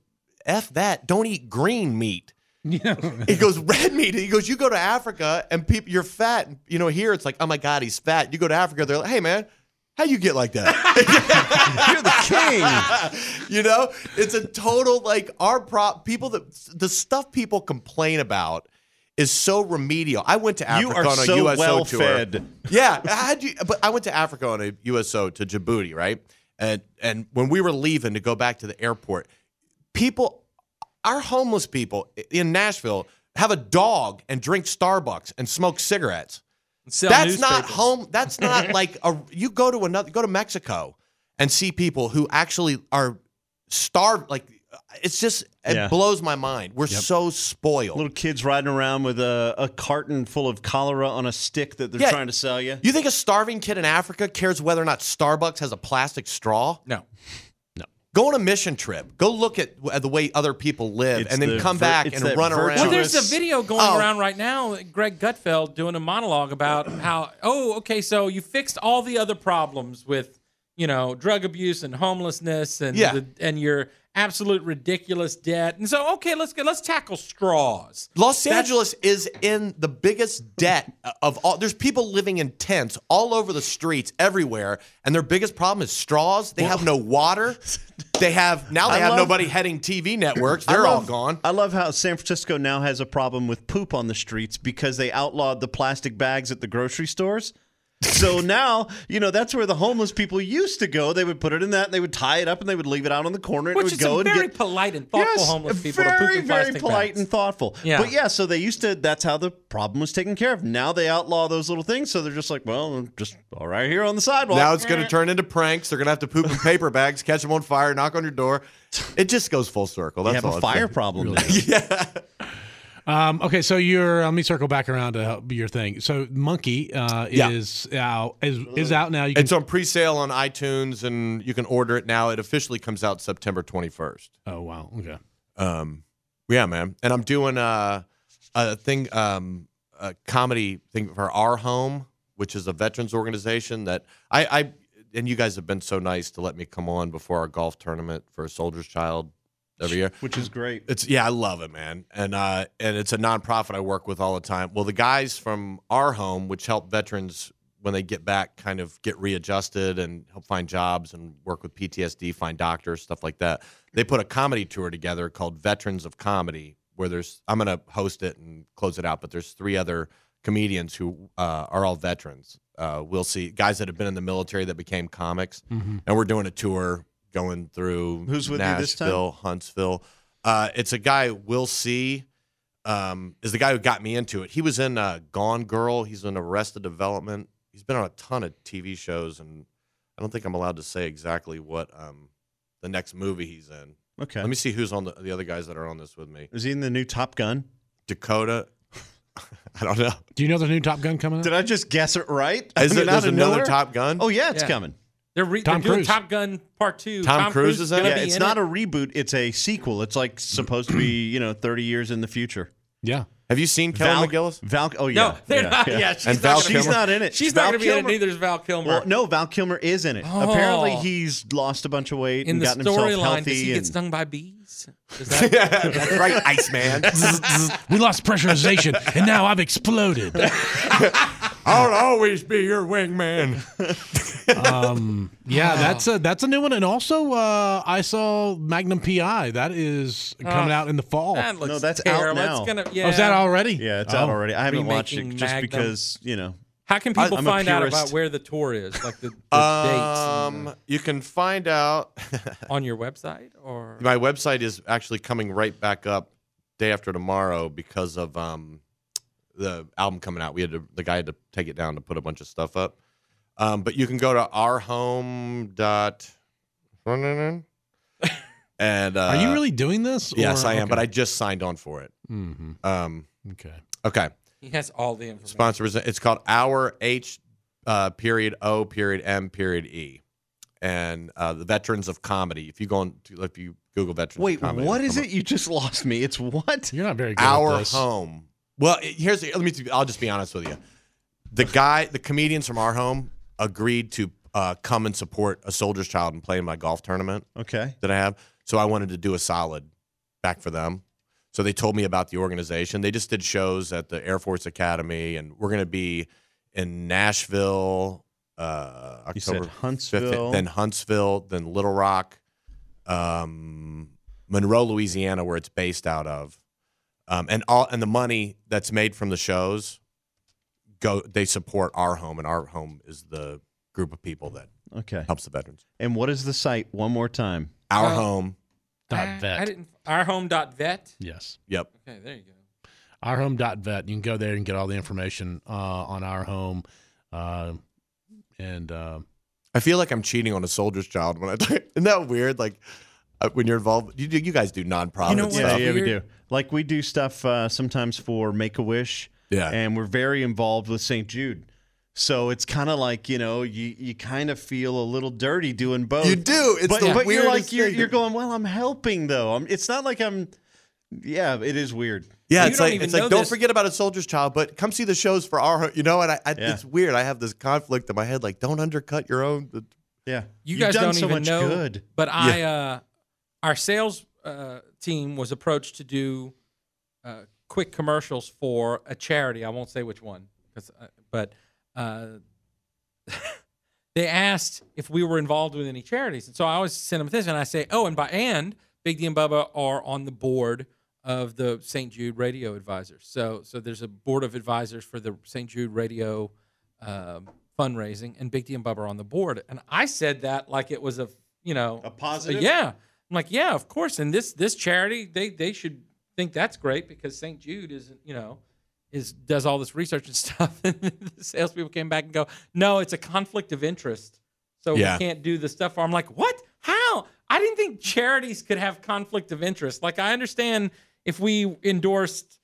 S5: F that, don't eat green meat. He goes red meat. He goes. You go to Africa and people, you're fat. And, you know here it's like, oh my god, he's fat. You go to Africa, they're like, hey man, how you get like that?
S1: You're the king.
S5: you know, it's a total like our prop. People that the stuff people complain about is so remedial. I went to Africa
S1: you are
S5: on a
S1: so
S5: USO
S1: well
S5: tour.
S1: fed.
S5: yeah, how'd you, but I went to Africa on a USO to Djibouti, right? And and when we were leaving to go back to the airport, people, our homeless people in Nashville have a dog and drink Starbucks and smoke cigarettes.
S3: Sell
S5: That's not
S3: newspapers.
S5: home. That's not like a. You go to another. Go to Mexico and see people who actually are starved. Like it's just it
S1: Yeah.
S5: blows my mind. We're so spoiled.
S1: Little kids riding around with a, a carton full of cholera on a stick that they're
S5: Yeah.
S1: trying to sell you.
S5: you think a starving kid in Africa cares whether or not Starbucks has a plastic straw?
S3: No.
S5: Go on a mission trip. Go look at w- the way other people live,
S1: It's
S5: and then
S1: the
S5: come
S1: vir-
S5: back
S1: it's
S5: and
S1: that
S5: run around.
S3: Well,
S1: virtuous-
S3: there's a video going
S5: Oh.
S3: around right now. Greg Gutfeld doing a monologue about how, oh, okay, so you fixed all the other problems with, you know, drug abuse and homelessness and
S5: Yeah.
S3: the, and your absolute ridiculous debt. And so, okay, let's get let's tackle straws.
S5: Los
S3: That's-
S5: Angeles is in the biggest debt of all. There's people living in tents all over the streets everywhere, and their biggest problem is straws. They have no water. They have now. They
S1: I
S5: have
S1: love-
S5: nobody heading TV networks. They're
S1: I
S5: all
S1: love-
S5: gone.
S1: I love how San Francisco now has a problem with poop on the streets because they outlawed the plastic bags at the grocery stores. So now, you know, that's where the homeless people used to go. They would put it in that and they would tie it up and they would leave it out on the corner. and it
S3: Which
S1: would
S3: is
S1: go
S3: some
S1: and
S3: very
S1: get,
S3: polite and thoughtful
S1: Yes,
S3: homeless people
S1: Very,
S3: to poop in
S1: very
S3: plastic
S1: polite
S3: bags.
S1: and thoughtful.
S3: Yeah.
S1: But yeah, so they used to. That's how the problem was taken care of. Now they outlaw those little things, so they're just like, well, just all right here on the sidewalk.
S5: Now it's going to turn into pranks. They're going to have to poop in paper bags, catch them on fire, knock on your door. It just goes full circle.
S1: they
S5: That's
S1: have
S5: all.
S1: a
S5: it's
S1: fire
S5: like.
S1: problem. now.
S4: Um, okay, so you're. Let me circle back around to help your thing. So monkey uh,
S5: Yeah.
S4: is out is, is out now. You can,
S5: It's on pre-sale on iTunes, and you can order it now. It officially comes out September 21st.
S4: oh wow. Okay.
S5: Um, yeah, man. And I'm doing a, a thing, um, a comedy thing for Our Home, which is a veterans organization that I, I, and you guys have been so nice to let me come on before our golf tournament for a soldier's child every year.
S1: which is great.
S5: It's yeah, I love it, man. And uh, and it's a nonprofit I work with all the time. Well, the guys from our home, which help veterans when they get back, kind of get readjusted and help find jobs and work with PTSD, find doctors, stuff like that. They put a comedy tour together called Veterans of Comedy, where there's I'm gonna host it and close it out, but there's three other comedians who uh, are all veterans. Uh, we'll see guys that have been in the military that became comics,
S4: Mm-hmm.
S5: and we're doing a tour going through
S1: Who's with you
S5: Nashville,
S1: this time?
S5: Huntsville. Uh, it's a guy Will C. Um, is the guy who got me into it. He was in uh, Gone Girl. He's in Arrested Development. He's been on a ton of TV shows, and I don't think I'm allowed to say exactly what um, the next movie he's in.
S1: Okay.
S5: Let me see who's on the, the other guys that are on this with me.
S1: Is he in the new Top Gun?
S5: Dakota. I don't know.
S4: Do you know the new Top Gun coming out?
S1: Did I just guess it right?
S5: Is
S1: I mean,
S5: there, there's
S1: out of
S5: another
S1: nowhere?
S5: Top Gun?
S1: Oh yeah, it's
S3: Yeah.
S1: coming.
S3: They're, re-
S4: Tom
S3: they're doing
S4: Cruise.
S3: Top Gun Part Two.
S5: Tom Cruise is in
S3: gonna
S5: it?
S1: Yeah,
S3: be
S1: it's
S3: in
S1: not
S3: it.
S1: a reboot. It's a sequel. It's like supposed to be, you know, thirty years in the future.
S4: Yeah.
S5: Have you seen
S1: Val
S5: Kelly McGillis?
S1: Val. Oh yeah.
S3: No, they're
S1: yeah,
S3: not. Yeah,
S1: yeah.
S3: she's
S5: And
S3: not.
S5: Val
S3: gonna
S1: She's
S5: Kilmer.
S1: not in it.
S3: She's
S1: Val
S3: not going to be in it.
S1: Kilmer-
S3: Neither is Val Kilmer.
S1: Well, no, Val Kilmer is in it.
S3: Oh.
S1: Apparently, he's lost a bunch of weight
S3: in
S1: and
S3: the
S1: gotten himself
S3: storyline,
S1: healthy.
S3: does he
S1: and,
S3: get stung by bees? Is that,
S5: That's right, Iceman.
S4: Mm-hmm. We lost pressurization, and now I've exploded.
S5: I'll always be your wingman.
S4: Um, yeah, that's a that's a new one, and also uh, I saw Magnum PI. That is coming
S3: Oh.
S4: out in the fall.
S3: that looks
S1: No, that's out
S3: terrible.
S1: now.
S3: It's gonna, yeah.
S4: Oh, is that already?
S1: Yeah, it's out
S4: Oh.
S1: already. I haven't watched it
S3: Remaking
S1: just
S3: Magnum.
S1: because you know
S3: How can people
S1: I'm a
S3: find out
S1: purist.
S3: about where the tour is, like the, the dates
S5: Um, you can find out.
S3: and the- on your website? Or
S5: My website is actually coming right back up day after tomorrow because of um, the album coming out. We had to, the guy had to take it down to put a bunch of stuff up. Um, but you can go to our home dot and uh,
S4: Are you really doing this?
S5: Yes, I am. But I just signed on for it.
S4: hmm
S5: Um,
S4: Okay.
S5: okay,
S3: he has all the information.
S5: sponsor is it's called our H uh, period O period M period E, and uh, the veterans of comedy. If you go on, to, if you Google veterans,
S1: Wait,
S5: of comedy,
S1: what
S5: it'll
S1: is
S5: come up.
S1: it? You just lost me. It's what?
S4: You're not very good. at
S5: our
S4: this.
S5: home. Well, it- here's the, let me. I'll just be honest with you. The guy, the comedians from our home, agreed to uh, come and support a soldier's child and play in my golf tournament
S1: Okay.
S5: that I have. So I wanted to do a solid back for them. So they told me about the organization. They just did shows at the Air Force Academy, and we're going to be in Nashville, uh, October
S1: You said
S5: 5th,
S1: Huntsville.
S5: then Huntsville, then Little Rock, um, Monroe, Louisiana, where it's based out of, um, and all and the money that's made from the shows go. They support our home, and our home is the group of people that
S1: okay.
S5: helps the veterans.
S1: And what is the site? One more time.
S5: Our
S3: Uh,
S5: home,
S4: Dot
S3: I, I
S4: vet.
S3: didn't. Our home dot vet.
S4: Yes.
S5: yep.
S3: Okay, there you go.
S4: Our home dot vet. You can go there and get all the information uh, on our home. Uh, and uh,
S5: I feel like I'm cheating on a soldier's child when I isn't that weird? Like uh, when you're involved, you do- you guys do nonprofit
S3: You know what's
S5: stuff.
S1: yeah, yeah, we do.
S3: weird?
S1: Like we do stuff uh, sometimes for Make a Wish,
S5: Yeah.
S1: and we're very involved with St. Jude. So it's kind of like you know you you kind of feel a little dirty doing both.
S5: You do. It's
S1: oh, but
S5: the
S1: but you're like
S5: weirdest
S1: you're,
S5: thing.
S1: you're going well. I'm helping though. I'm, it's not like I'm. Yeah, it is weird.
S5: yeah,
S3: You
S5: it's
S3: don't
S5: like
S3: even
S5: it's like
S3: know
S5: don't
S3: this.
S5: forget about a soldier's child, but come see the shows for our you know. And I, I
S1: Yeah.
S5: it's weird. I have this conflict in my head, like don't undercut your own.
S1: Yeah,
S3: You
S1: You've
S3: guys
S1: done
S3: don't
S1: so
S3: even
S1: much
S3: know.
S1: good.
S3: But I, uh, our sales uh, team was approached to do uh, quick commercials for a charity. I won't say which one, 'cause, uh, but uh, they asked if we were involved with any charities, and so I always send them this, and I say, "Oh, and by and Big D and Bubba are on the board of the St. Jude Radio Advisors. So, so there's a board of advisors for the St. Jude Radio um fundraising, and Big D and Bubba are on the board." And I said that like it was a you know
S1: A positive?
S3: yeah, I'm like, yeah, of course. And this this charity, they they should think that's great because St. Jude is you know is does all this research and stuff. And the salespeople came back and go, no, it's a conflict of interest, so
S5: Yeah.
S3: we can't do the stuff. For I'm like, what? How? I didn't think charities could have conflict of interest. Like I understand if we endorsed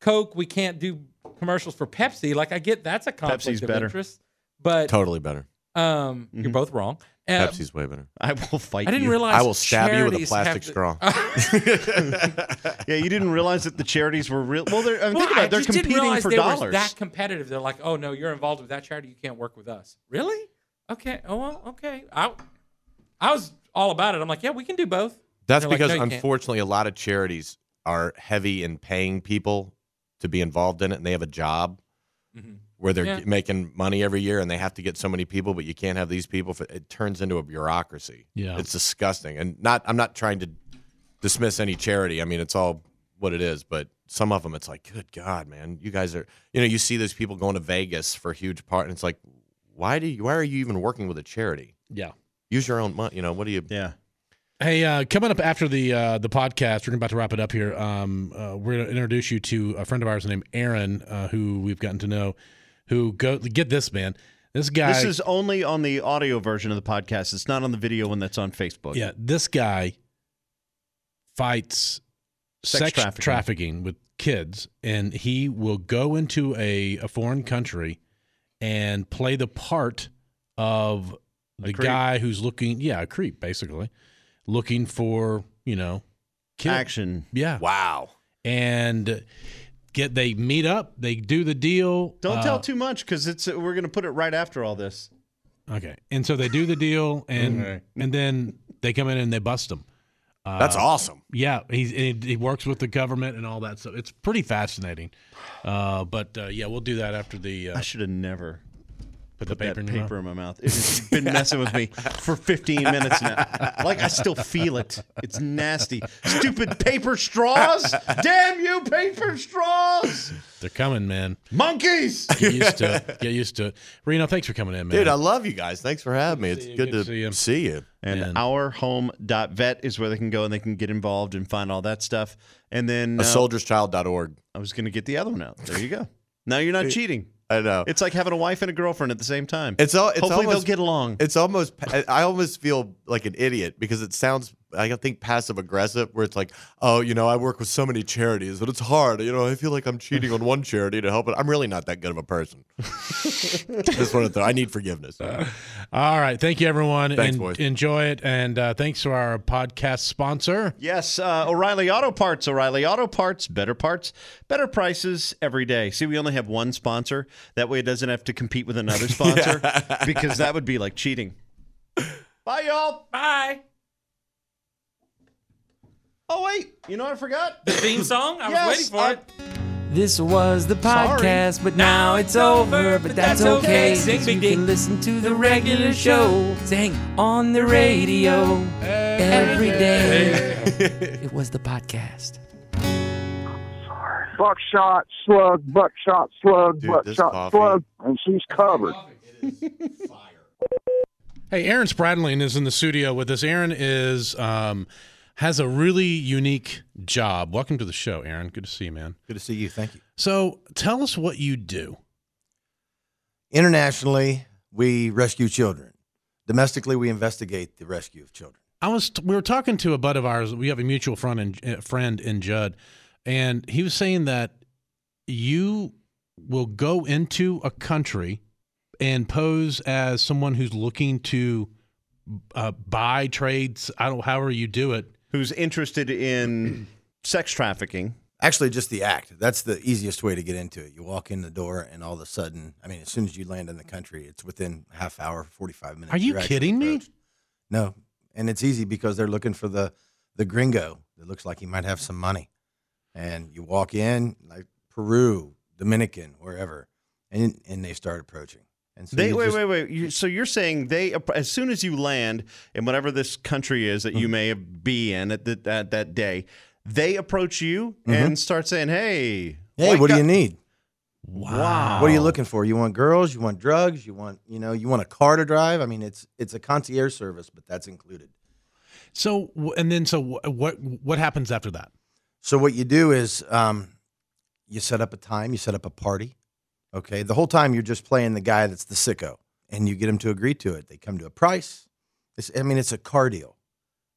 S3: Coke, we can't do commercials for Pepsi. Like I get that's a conflict
S1: Pepsi's
S3: of
S1: better. Mm-hmm.
S3: interest, but
S5: Totally better.
S3: um, you're both wrong. Uh,
S5: Pepsi's way better.
S1: I will fight.
S3: I didn't
S1: you.
S3: realize
S5: I will stab you with a
S3: charities have
S5: plastic
S3: the-
S5: straw.
S1: Yeah, you didn't realize that the charities were real. Well, they're, I mean,
S3: Well,
S1: think about
S3: I
S1: it. They're
S3: just didn't
S1: competing
S3: realize
S1: for
S3: they
S1: dollars.
S3: Were that competitive. They're like, oh no, you're involved with that charity, you can't work with us. Really? Okay. Oh well. Okay. I, I was all about it. I'm like, yeah, we can do both.
S5: That's
S3: They're like,
S5: because
S3: "No, you can't."
S5: unfortunately, a lot of charities are heavy in paying people to be involved in it, and they have a job where they're
S3: Mm-hmm. Yeah.
S5: making money every year, and they have to get so many people, but you can't have these people. For, it turns into a bureaucracy.
S4: Yeah.
S5: it's disgusting, and not. I'm not trying to dismiss any charity. I mean, it's all what it is, but some of them, it's like, good God, man, you guys are. You know, you see those people going to Vegas for huge part, and it's like, why do you? Why are you even working with a charity?
S4: yeah.
S5: Use your own money. You know, what do you?
S1: yeah.
S4: Hey, uh, coming up after the uh, the podcast, we're about to wrap it up here. Um, uh, we're going to introduce you to a friend of ours named Aaron, uh, who we've gotten to know. Who go get this man? This guy.
S1: This is only on the audio version of the podcast. It's not on the video one that's on Facebook.
S4: yeah. This guy fights
S1: Sex
S4: sex
S1: trafficking.
S4: trafficking. with kids, and he will go into a, a foreign country and play the part of the
S1: creep.
S4: guy who's looking. Yeah, a creep basically, looking for you know, kids.
S1: Action.
S4: Yeah.
S5: Wow.
S4: and get they meet up, they do the deal.
S1: Don't
S4: uh,
S1: tell too much because it's uh, we're gonna put it right after all this.
S4: uh, Okay, and so they do the deal, and
S1: Okay.
S4: and then they come in and they bust them.
S3: Uh,
S5: That's awesome.
S4: Yeah, he's, he he works with the government and all that stuff. It's pretty fascinating. Uh, but uh, yeah, we'll do that after the.
S1: I
S4: Uh,
S1: should have never
S4: Put the paper
S1: that
S4: in your
S1: paper in my mouth. It's been messing with me for 15 minutes now. Like I still feel it. It's nasty. Stupid paper straws. Damn you, paper straws.
S4: mouth. They're coming, man.
S1: Monkeys.
S4: Get used to it. Get used to it. Reno, thanks for coming in, man.
S5: Dude, I love you guys. Thanks for having me. It's
S4: see you.
S5: good,
S4: Good to
S5: to
S4: see you.
S5: see you.
S1: And
S4: Man.
S1: ourhome.vet is where they can go and they can get involved and find all that stuff. And then
S5: A
S1: uh,
S5: soldierschild.org.
S1: I was going to get the other one out. There you go. Now you're not cheating.
S5: I know.
S1: It's like having a wife and a girlfriend at the same time.
S5: It's all. It's
S1: Hopefully
S5: almost,
S1: they'll get along.
S5: It's almost. I almost feel like an idiot because it sounds. I think passive aggressive, where it's like, oh, you know, I work with so many charities, but it's hard. You know, I feel like I'm cheating on one charity to help it. I'm really not that good of a person. Just want to throw. I need forgiveness.
S1: Uh,
S4: All right. Thank you, everyone.
S5: Thanks,
S4: En-
S5: boys.
S4: Enjoy it. And uh, thanks to our podcast sponsor.
S1: Yes, uh, O'Reilly Auto Parts. O'Reilly Auto Parts, better parts, better prices every day. See, we only have one sponsor. That way it doesn't have to compete with another sponsor because that would be like cheating. Bye, y'all.
S3: Bye.
S1: Oh, wait. You know what I forgot?
S3: The theme song? I
S1: Yes, uh,
S3: was waiting for
S1: I-
S3: it. This was the podcast, but now it's over. But that's okay. Sing, you can listen to the regular show. Sing on the radio every day. it was the podcast.
S6: Buckshot slug, buckshot slug,
S5: Dude, this
S6: buckshot
S5: coffee-
S6: slug, and she's covered.
S4: Hey, Aaron Spradling is in the studio with us. Aaron is um, has a really unique job. Welcome to the show, Aaron. Good to see you, man.
S7: Good to see you. Thank you.
S4: So tell us what you do.
S7: Internationally, we rescue children. Domestically, we investigate the rescue of children.
S4: I was we were talking to a bud of ours. We have a mutual friend in, uh, friend in Judd, and he was saying that you will go into a country and pose as someone who's looking to uh, buy trades. I don't however you do it.
S1: Who's interested in sex trafficking?
S7: Actually, just the act. That's the easiest way to get into it. You walk in the door, and all of a sudden, I mean, as soon as you land in the country, it's within half hour, forty five minutes.
S4: Are you
S7: you're actually
S4: kidding me?
S7: approached. No, and it's easy because they're looking for the the gringo that looks like he might have some money, and you walk in like Peru, Dominican, wherever, and and they start approaching. And so
S1: They
S7: you
S1: wait,
S7: just-
S1: wait, wait. You, so you're saying they, as soon as you land in whatever this country is
S7: Mm-hmm.
S1: that you may be in at the, that that day, they approach you and start saying, "Hey,
S7: Mm-hmm. Hey,
S1: white
S7: what do
S1: guy-
S7: you need?
S4: Wow.
S7: What are you
S1: Oh.
S7: looking for? You want girls? You want drugs? You want you know? You want a car to drive? I mean, it's it's a concierge service, but that's included.
S4: So wh- and then so wh- what what happens after that?
S7: So what you do is um, you set up a time, you set up a party. Okay, the whole time you're just playing the guy that's the sicko, and you get him to agree to it. They come to a price. It's, I mean, it's a car deal.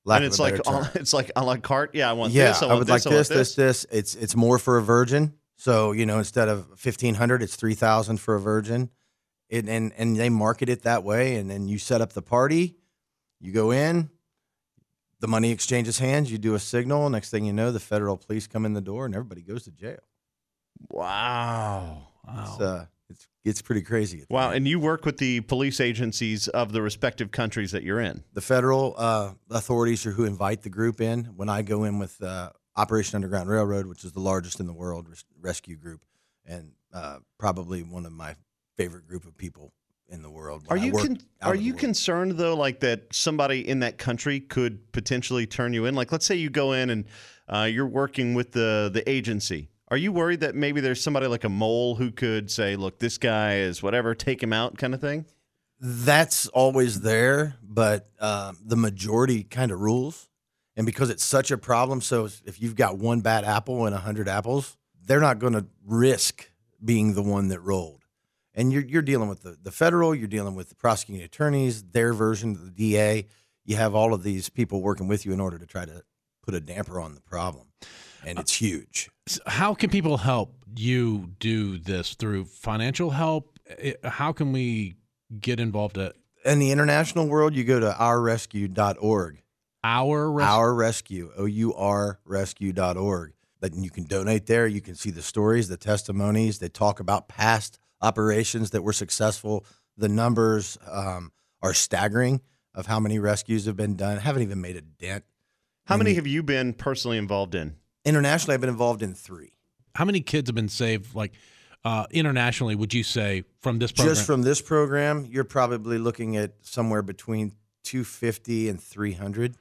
S7: Lack
S1: and
S7: of
S1: it's
S7: a
S1: like
S7: better
S1: a la-
S7: term.
S1: it's like a la carte. Yeah, I want
S7: yeah,
S1: this. I,
S7: I,
S1: want
S7: would
S1: this,
S7: like
S1: I want
S7: this, this, this. It's it's more for a virgin. So you know, instead of fifteen hundred, it's three thousand for a virgin. It, and and they market it that way, and then you set up the party. You go in, the money exchanges hands. You do a signal. Next thing you know, the federal police come in the door, and everybody goes to jail.
S4: Wow.
S7: It's uh, it's it's pretty crazy. at the
S1: Wow,
S7: moment.
S1: and you work with the police agencies of the respective countries that you're in.
S7: the federal uh, authorities are who invite the group in. When I go in with uh, Operation Underground Railroad, which is the largest in the world res- rescue group, and uh, probably one of my favorite group of people in the world.
S1: Are
S7: when I
S1: you
S7: work
S1: con-
S7: out
S1: are
S7: of the
S1: you
S7: world.
S1: concerned though, like that somebody in that country could potentially turn you in? Like, let's say you go in and uh, you're working with the the agency. Are you worried that maybe there's somebody like a mole who could say, "Look, this guy is whatever, take him out," kind of thing?
S7: That's always there, but um, the majority kind of rules. And because it's such a problem, so if you've got one bad apple and 100 apples, they're not going to risk being the one that rolled. And you're, you're dealing with the, the federal, you're dealing with the prosecuting attorneys, their version of the DA. You have all of these people working with you in order to try to put a damper on the problem. And it's huge.
S4: S- how can people help you do this through financial help? I- How can we get involved at
S7: In the international world, you go to ourrescue.org.
S4: our res-
S7: Our Rescue, O U R Rescue.org. But you can donate there. You can see the stories, the testimonies. They talk about past operations that were successful. The numbers um, are staggering of how many rescues have been done. Haven't even made a dent.
S1: How
S7: And
S1: many have you been personally involved in?
S7: internationally? I've been involved in three.
S4: how many kids have been saved like uh, internationally would you say from this program?
S7: Just from this program, you're probably looking at somewhere between 250 and 300,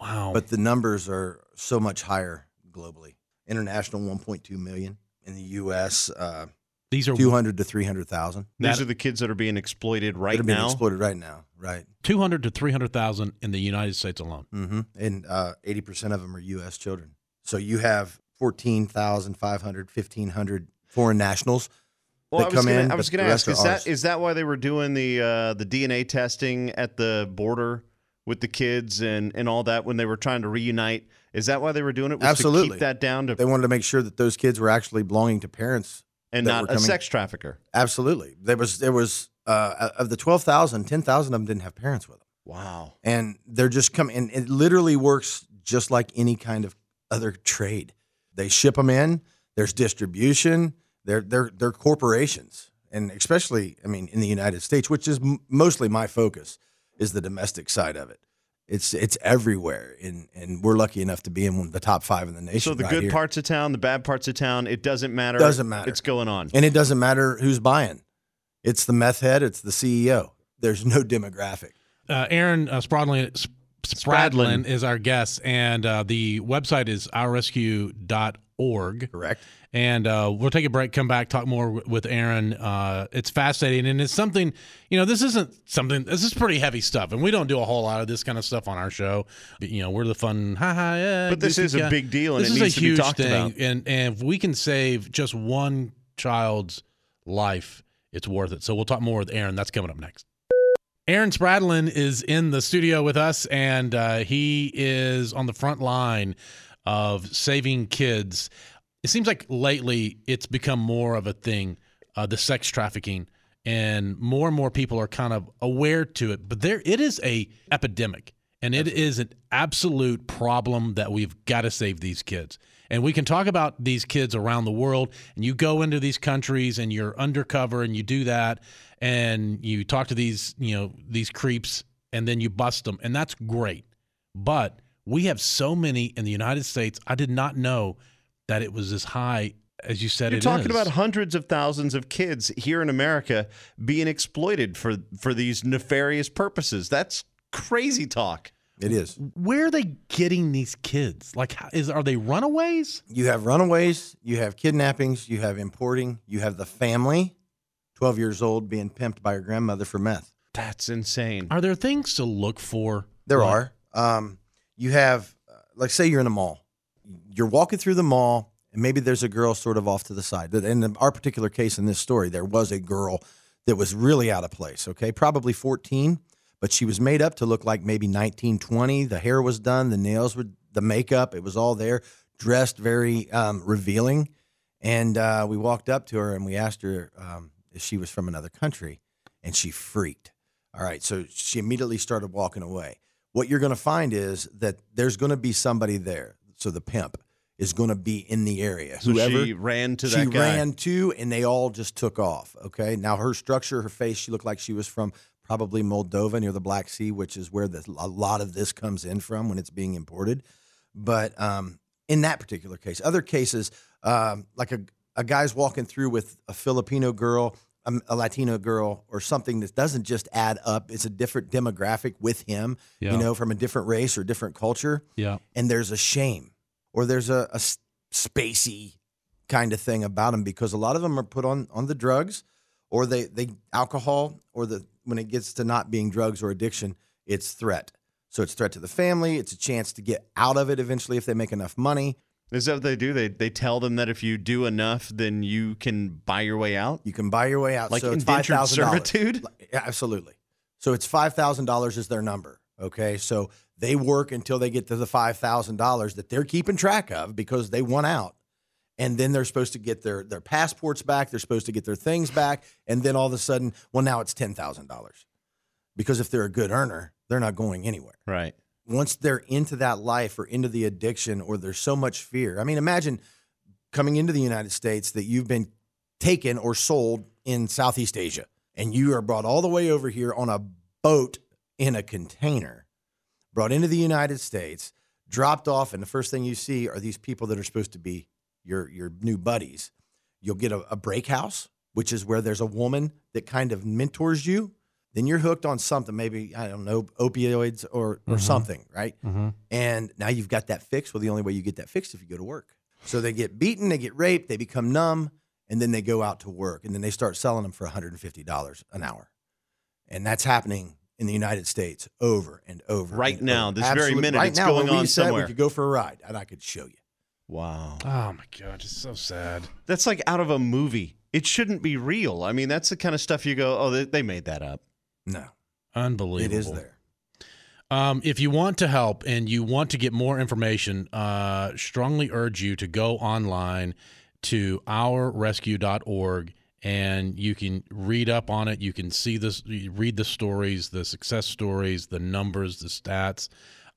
S4: wow.
S7: but the numbers are so much higher globally. International 1.2 million in the US uh,
S4: These are
S7: 200 to 300,000.
S1: These are the kids that are being exploited right
S7: They're being
S1: now.
S7: exploited right now, right?
S4: two hundred to three hundred thousand in the United States alone.
S7: Mm-hmm. And uh, 80% of them are U.S. children. So you have 14,500, 1,500 foreign nationals.
S1: well,
S7: that
S1: I was
S7: come
S1: gonna,
S7: in,
S1: I
S7: but
S1: was
S7: the
S1: going to ask:
S7: rest are
S1: is that
S7: ours.
S1: is that why they were doing the uh, the DNA testing at the border with the kids and and all that when they were trying to reunite? Is that why they were doing it? Was to
S7: Absolutely.
S1: keep that down to
S7: They wanted to make sure that those kids were actually belonging to parents.
S1: and
S7: that
S1: not
S7: were
S1: a
S7: coming-
S1: sex trafficker.
S7: Absolutely. There was, there was uh, of the 12,000, 10,000 of them didn't have parents with them.
S1: Wow.
S7: and they're just coming and it literally works just like any kind of other trade they ship them in there's distribution they're they're they're corporations and especially i mean in the united states which is m- mostly my focus is the domestic side of it it's it's everywhere and and we're lucky enough to be in one of the top 5 in the nation
S1: So the
S7: right
S1: good
S7: here.
S1: parts of town, the bad parts of town, it doesn't matter.
S7: Doesn't matter.
S1: It's going on.
S7: and it doesn't matter who's buying it's the meth head it's the ceo there's no demographic
S4: Uh, Aaron uh, Spradlin, Sp- Spradlin
S1: Spradlin.
S4: is our guest, and uh, the website is ourrescue.org.
S7: correct
S4: And uh, we'll take a break, come back, talk more w- with Aaron. Uh, it's fascinating. And it's something, you know, this isn't something, this is pretty heavy stuff. And we don't do a whole lot of this kind of stuff on our show. But, you know, we're the fun, ha ha, yeah.
S1: But this
S4: goofy
S1: is a
S4: guy.
S1: big deal, and
S4: this
S1: it
S4: is
S1: needs
S4: a
S1: to be
S4: huge
S1: talked
S4: thing.
S1: about.
S4: And, and if we can save just one child's life, it's worth it. So we'll talk more with Aaron. That's coming up next. Aaron Spradlin is in the studio with us, and uh, he is on the front line of saving kids. It seems like lately it's become more of a thing, uh, the sex trafficking, and more and more people are kind of aware to it. But there, it is a epidemic, and it is an absolute problem that we've got to save these kids. And we can talk about these kids around the world. And you go into these countries, and you're undercover, and you do that, and you talk to these, you know, these creeps, and then you bust them, and that's great. But we have so many in the United States. I did not know that it was as high as you said
S1: You're
S4: it
S1: talking
S4: is.
S1: about hundreds of thousands of kids here in America being exploited for for these nefarious purposes. That's crazy talk.
S7: it is
S4: where are they getting these kids? Like, how, is are they runaways?
S7: you have runaways, you have kidnappings, you have importing, you have the family, 12 years old being pimped by your grandmother for meth.
S1: That's insane.
S4: Are there things to look for?
S7: There
S4: Like,
S7: are. Um, you have, uh, like, say you're in a mall, you're walking through the mall, and maybe there's a girl sort of off to the side. In our particular case in this story, there was a girl that was really out of place, okay? Probably 14, but she was made up to look like maybe 19, 20. The hair was done, the nails were, the makeup, it was all there, dressed very um, revealing. And uh, we walked up to her and we asked her um, if she was from another country, and she freaked. All right, so she immediately started walking away. What you're going to find is that there's going to be somebody there. So the pimp is going to be in the area.
S1: So
S7: Whoever
S1: she ran to
S7: she
S1: that guy.
S7: ran to, and they all just took off. Okay, now her structure, her face, she looked like she was from probably Moldova near the Black Sea, which is where the, a lot of this comes in from when it's being imported. But um, in that particular case, other cases um, like a a guy's walking through with a Filipino girl, a, a Latino girl, or something that doesn't just add up. It's a different demographic with him,
S4: Yeah.
S7: you know, from a different race or different culture
S4: Yeah.
S7: and there's a shame or there's a, a s- spacey kind of thing about them because a lot of them are put on on the drugs or they they alcohol or the when it gets to not being drugs or addiction it's threat so it's threat to the family it's a chance to get out of it eventually if they make enough money
S1: Is that what they do? They they tell them that if you do enough, then you can buy your way out.
S7: you can buy your way out
S1: Like
S7: so it's
S1: indentured
S7: $5000
S1: servitude?
S7: Like, yeah, absolutely so it's $5000 is their number okay so they work until they get to the $5000 that they're keeping track of because they want out and then they're supposed to get their their passports back. They're supposed to get their things back, and then all of a sudden, well, now it's ten thousand dollars, because if they're a good earner, they're not going anywhere.
S1: Right.
S7: Once they're into that life or into the addiction, or there's so much fear. I mean, imagine coming into the United States that you've been taken or sold in Southeast Asia, and you are brought all the way over here on a boat in a container, brought into the United States, dropped off, and the first thing you see are these people that are supposed to be your your new buddies. You'll get a, a break house, which is where there's a woman that kind of mentors you. Then you're hooked on something, maybe, I don't know, opioids or, or
S4: Mhm.
S7: something, right?
S4: Mm-hmm.
S7: And now you've got that fixed. Well, the only way you get that fixed is if you go to work. So they get beaten, they get raped, they become numb, and then they go out to work. And then they start selling them for $150 an hour. And that's happening in the United States over and over.
S1: Right
S7: and
S1: now,
S7: over.
S1: this very minute,
S7: Right
S1: it's
S7: now,
S1: going
S7: where we
S1: on
S7: sat,
S1: somewhere.
S7: We could go for a ride and I could show you.
S1: Wow.
S4: Oh my god, it's so sad.
S1: That's like out of a movie. It shouldn't be real. I mean, that's the kind of stuff you go, oh, they, they made that up.
S7: No,
S4: Unbelievable.
S7: it is there.
S4: Um, if you want to help and you want to get more information, uh, strongly urge you to go online to ourrescue.org and you can read up on it. You can see this, you read the stories, the success stories, the numbers, the stats.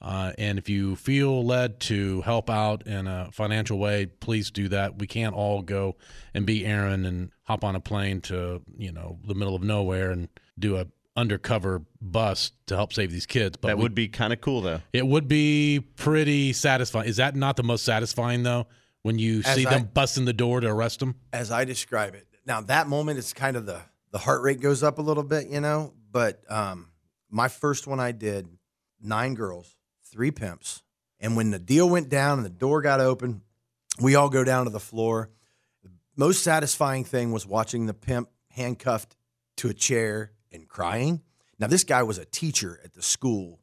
S4: Uh, and if you feel led to help out in a financial way, please do that. We can't all go and be Aaron and hop on a plane to you know the middle of nowhere and do a undercover bus to help save these kids. But
S1: that
S4: we-
S1: would be kind of cool, though.
S4: it would be pretty satisfying. Is that not the most satisfying though? When you
S7: As
S4: see
S7: I-
S4: them busting the door to arrest them,
S7: as I describe it. Now that moment is kind of the the heart rate goes up a little bit, you know. But um, my first one I did nine girls, three pimps, and when the deal went down and the door got open, we all go down to the floor. The most satisfying thing was watching the pimp handcuffed to a chair and crying. Now this guy was a teacher at the school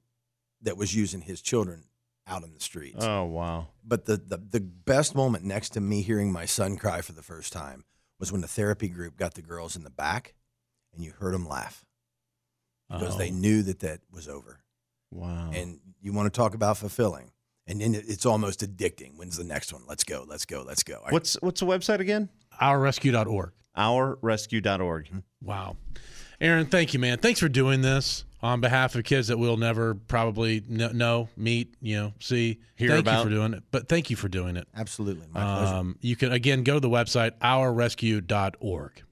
S7: that was using his children out in the streets
S1: Oh, wow.
S7: but the, the the best moment next to me hearing my son cry for the first time was when the therapy group got the girls in the back and you heard them laugh because
S4: Oh.
S7: they knew that that was over
S1: Wow.
S7: and you want to talk about fulfilling and then it- it's almost addicting when's the next one let's go let's go let's go All right.
S1: what's what's the website again?
S4: ourrescue.org.
S1: Ourrescue.org.
S4: Wow. Aaron, thank you, man. Thanks for doing this on behalf of kids that we'll never probably kn- know, meet, you know, see.
S1: Hear
S4: thank
S1: about.
S4: you for doing it. But thank you for doing it.
S7: absolutely my pleasure
S4: Um, you can, again, go to the website, ourrescue.org.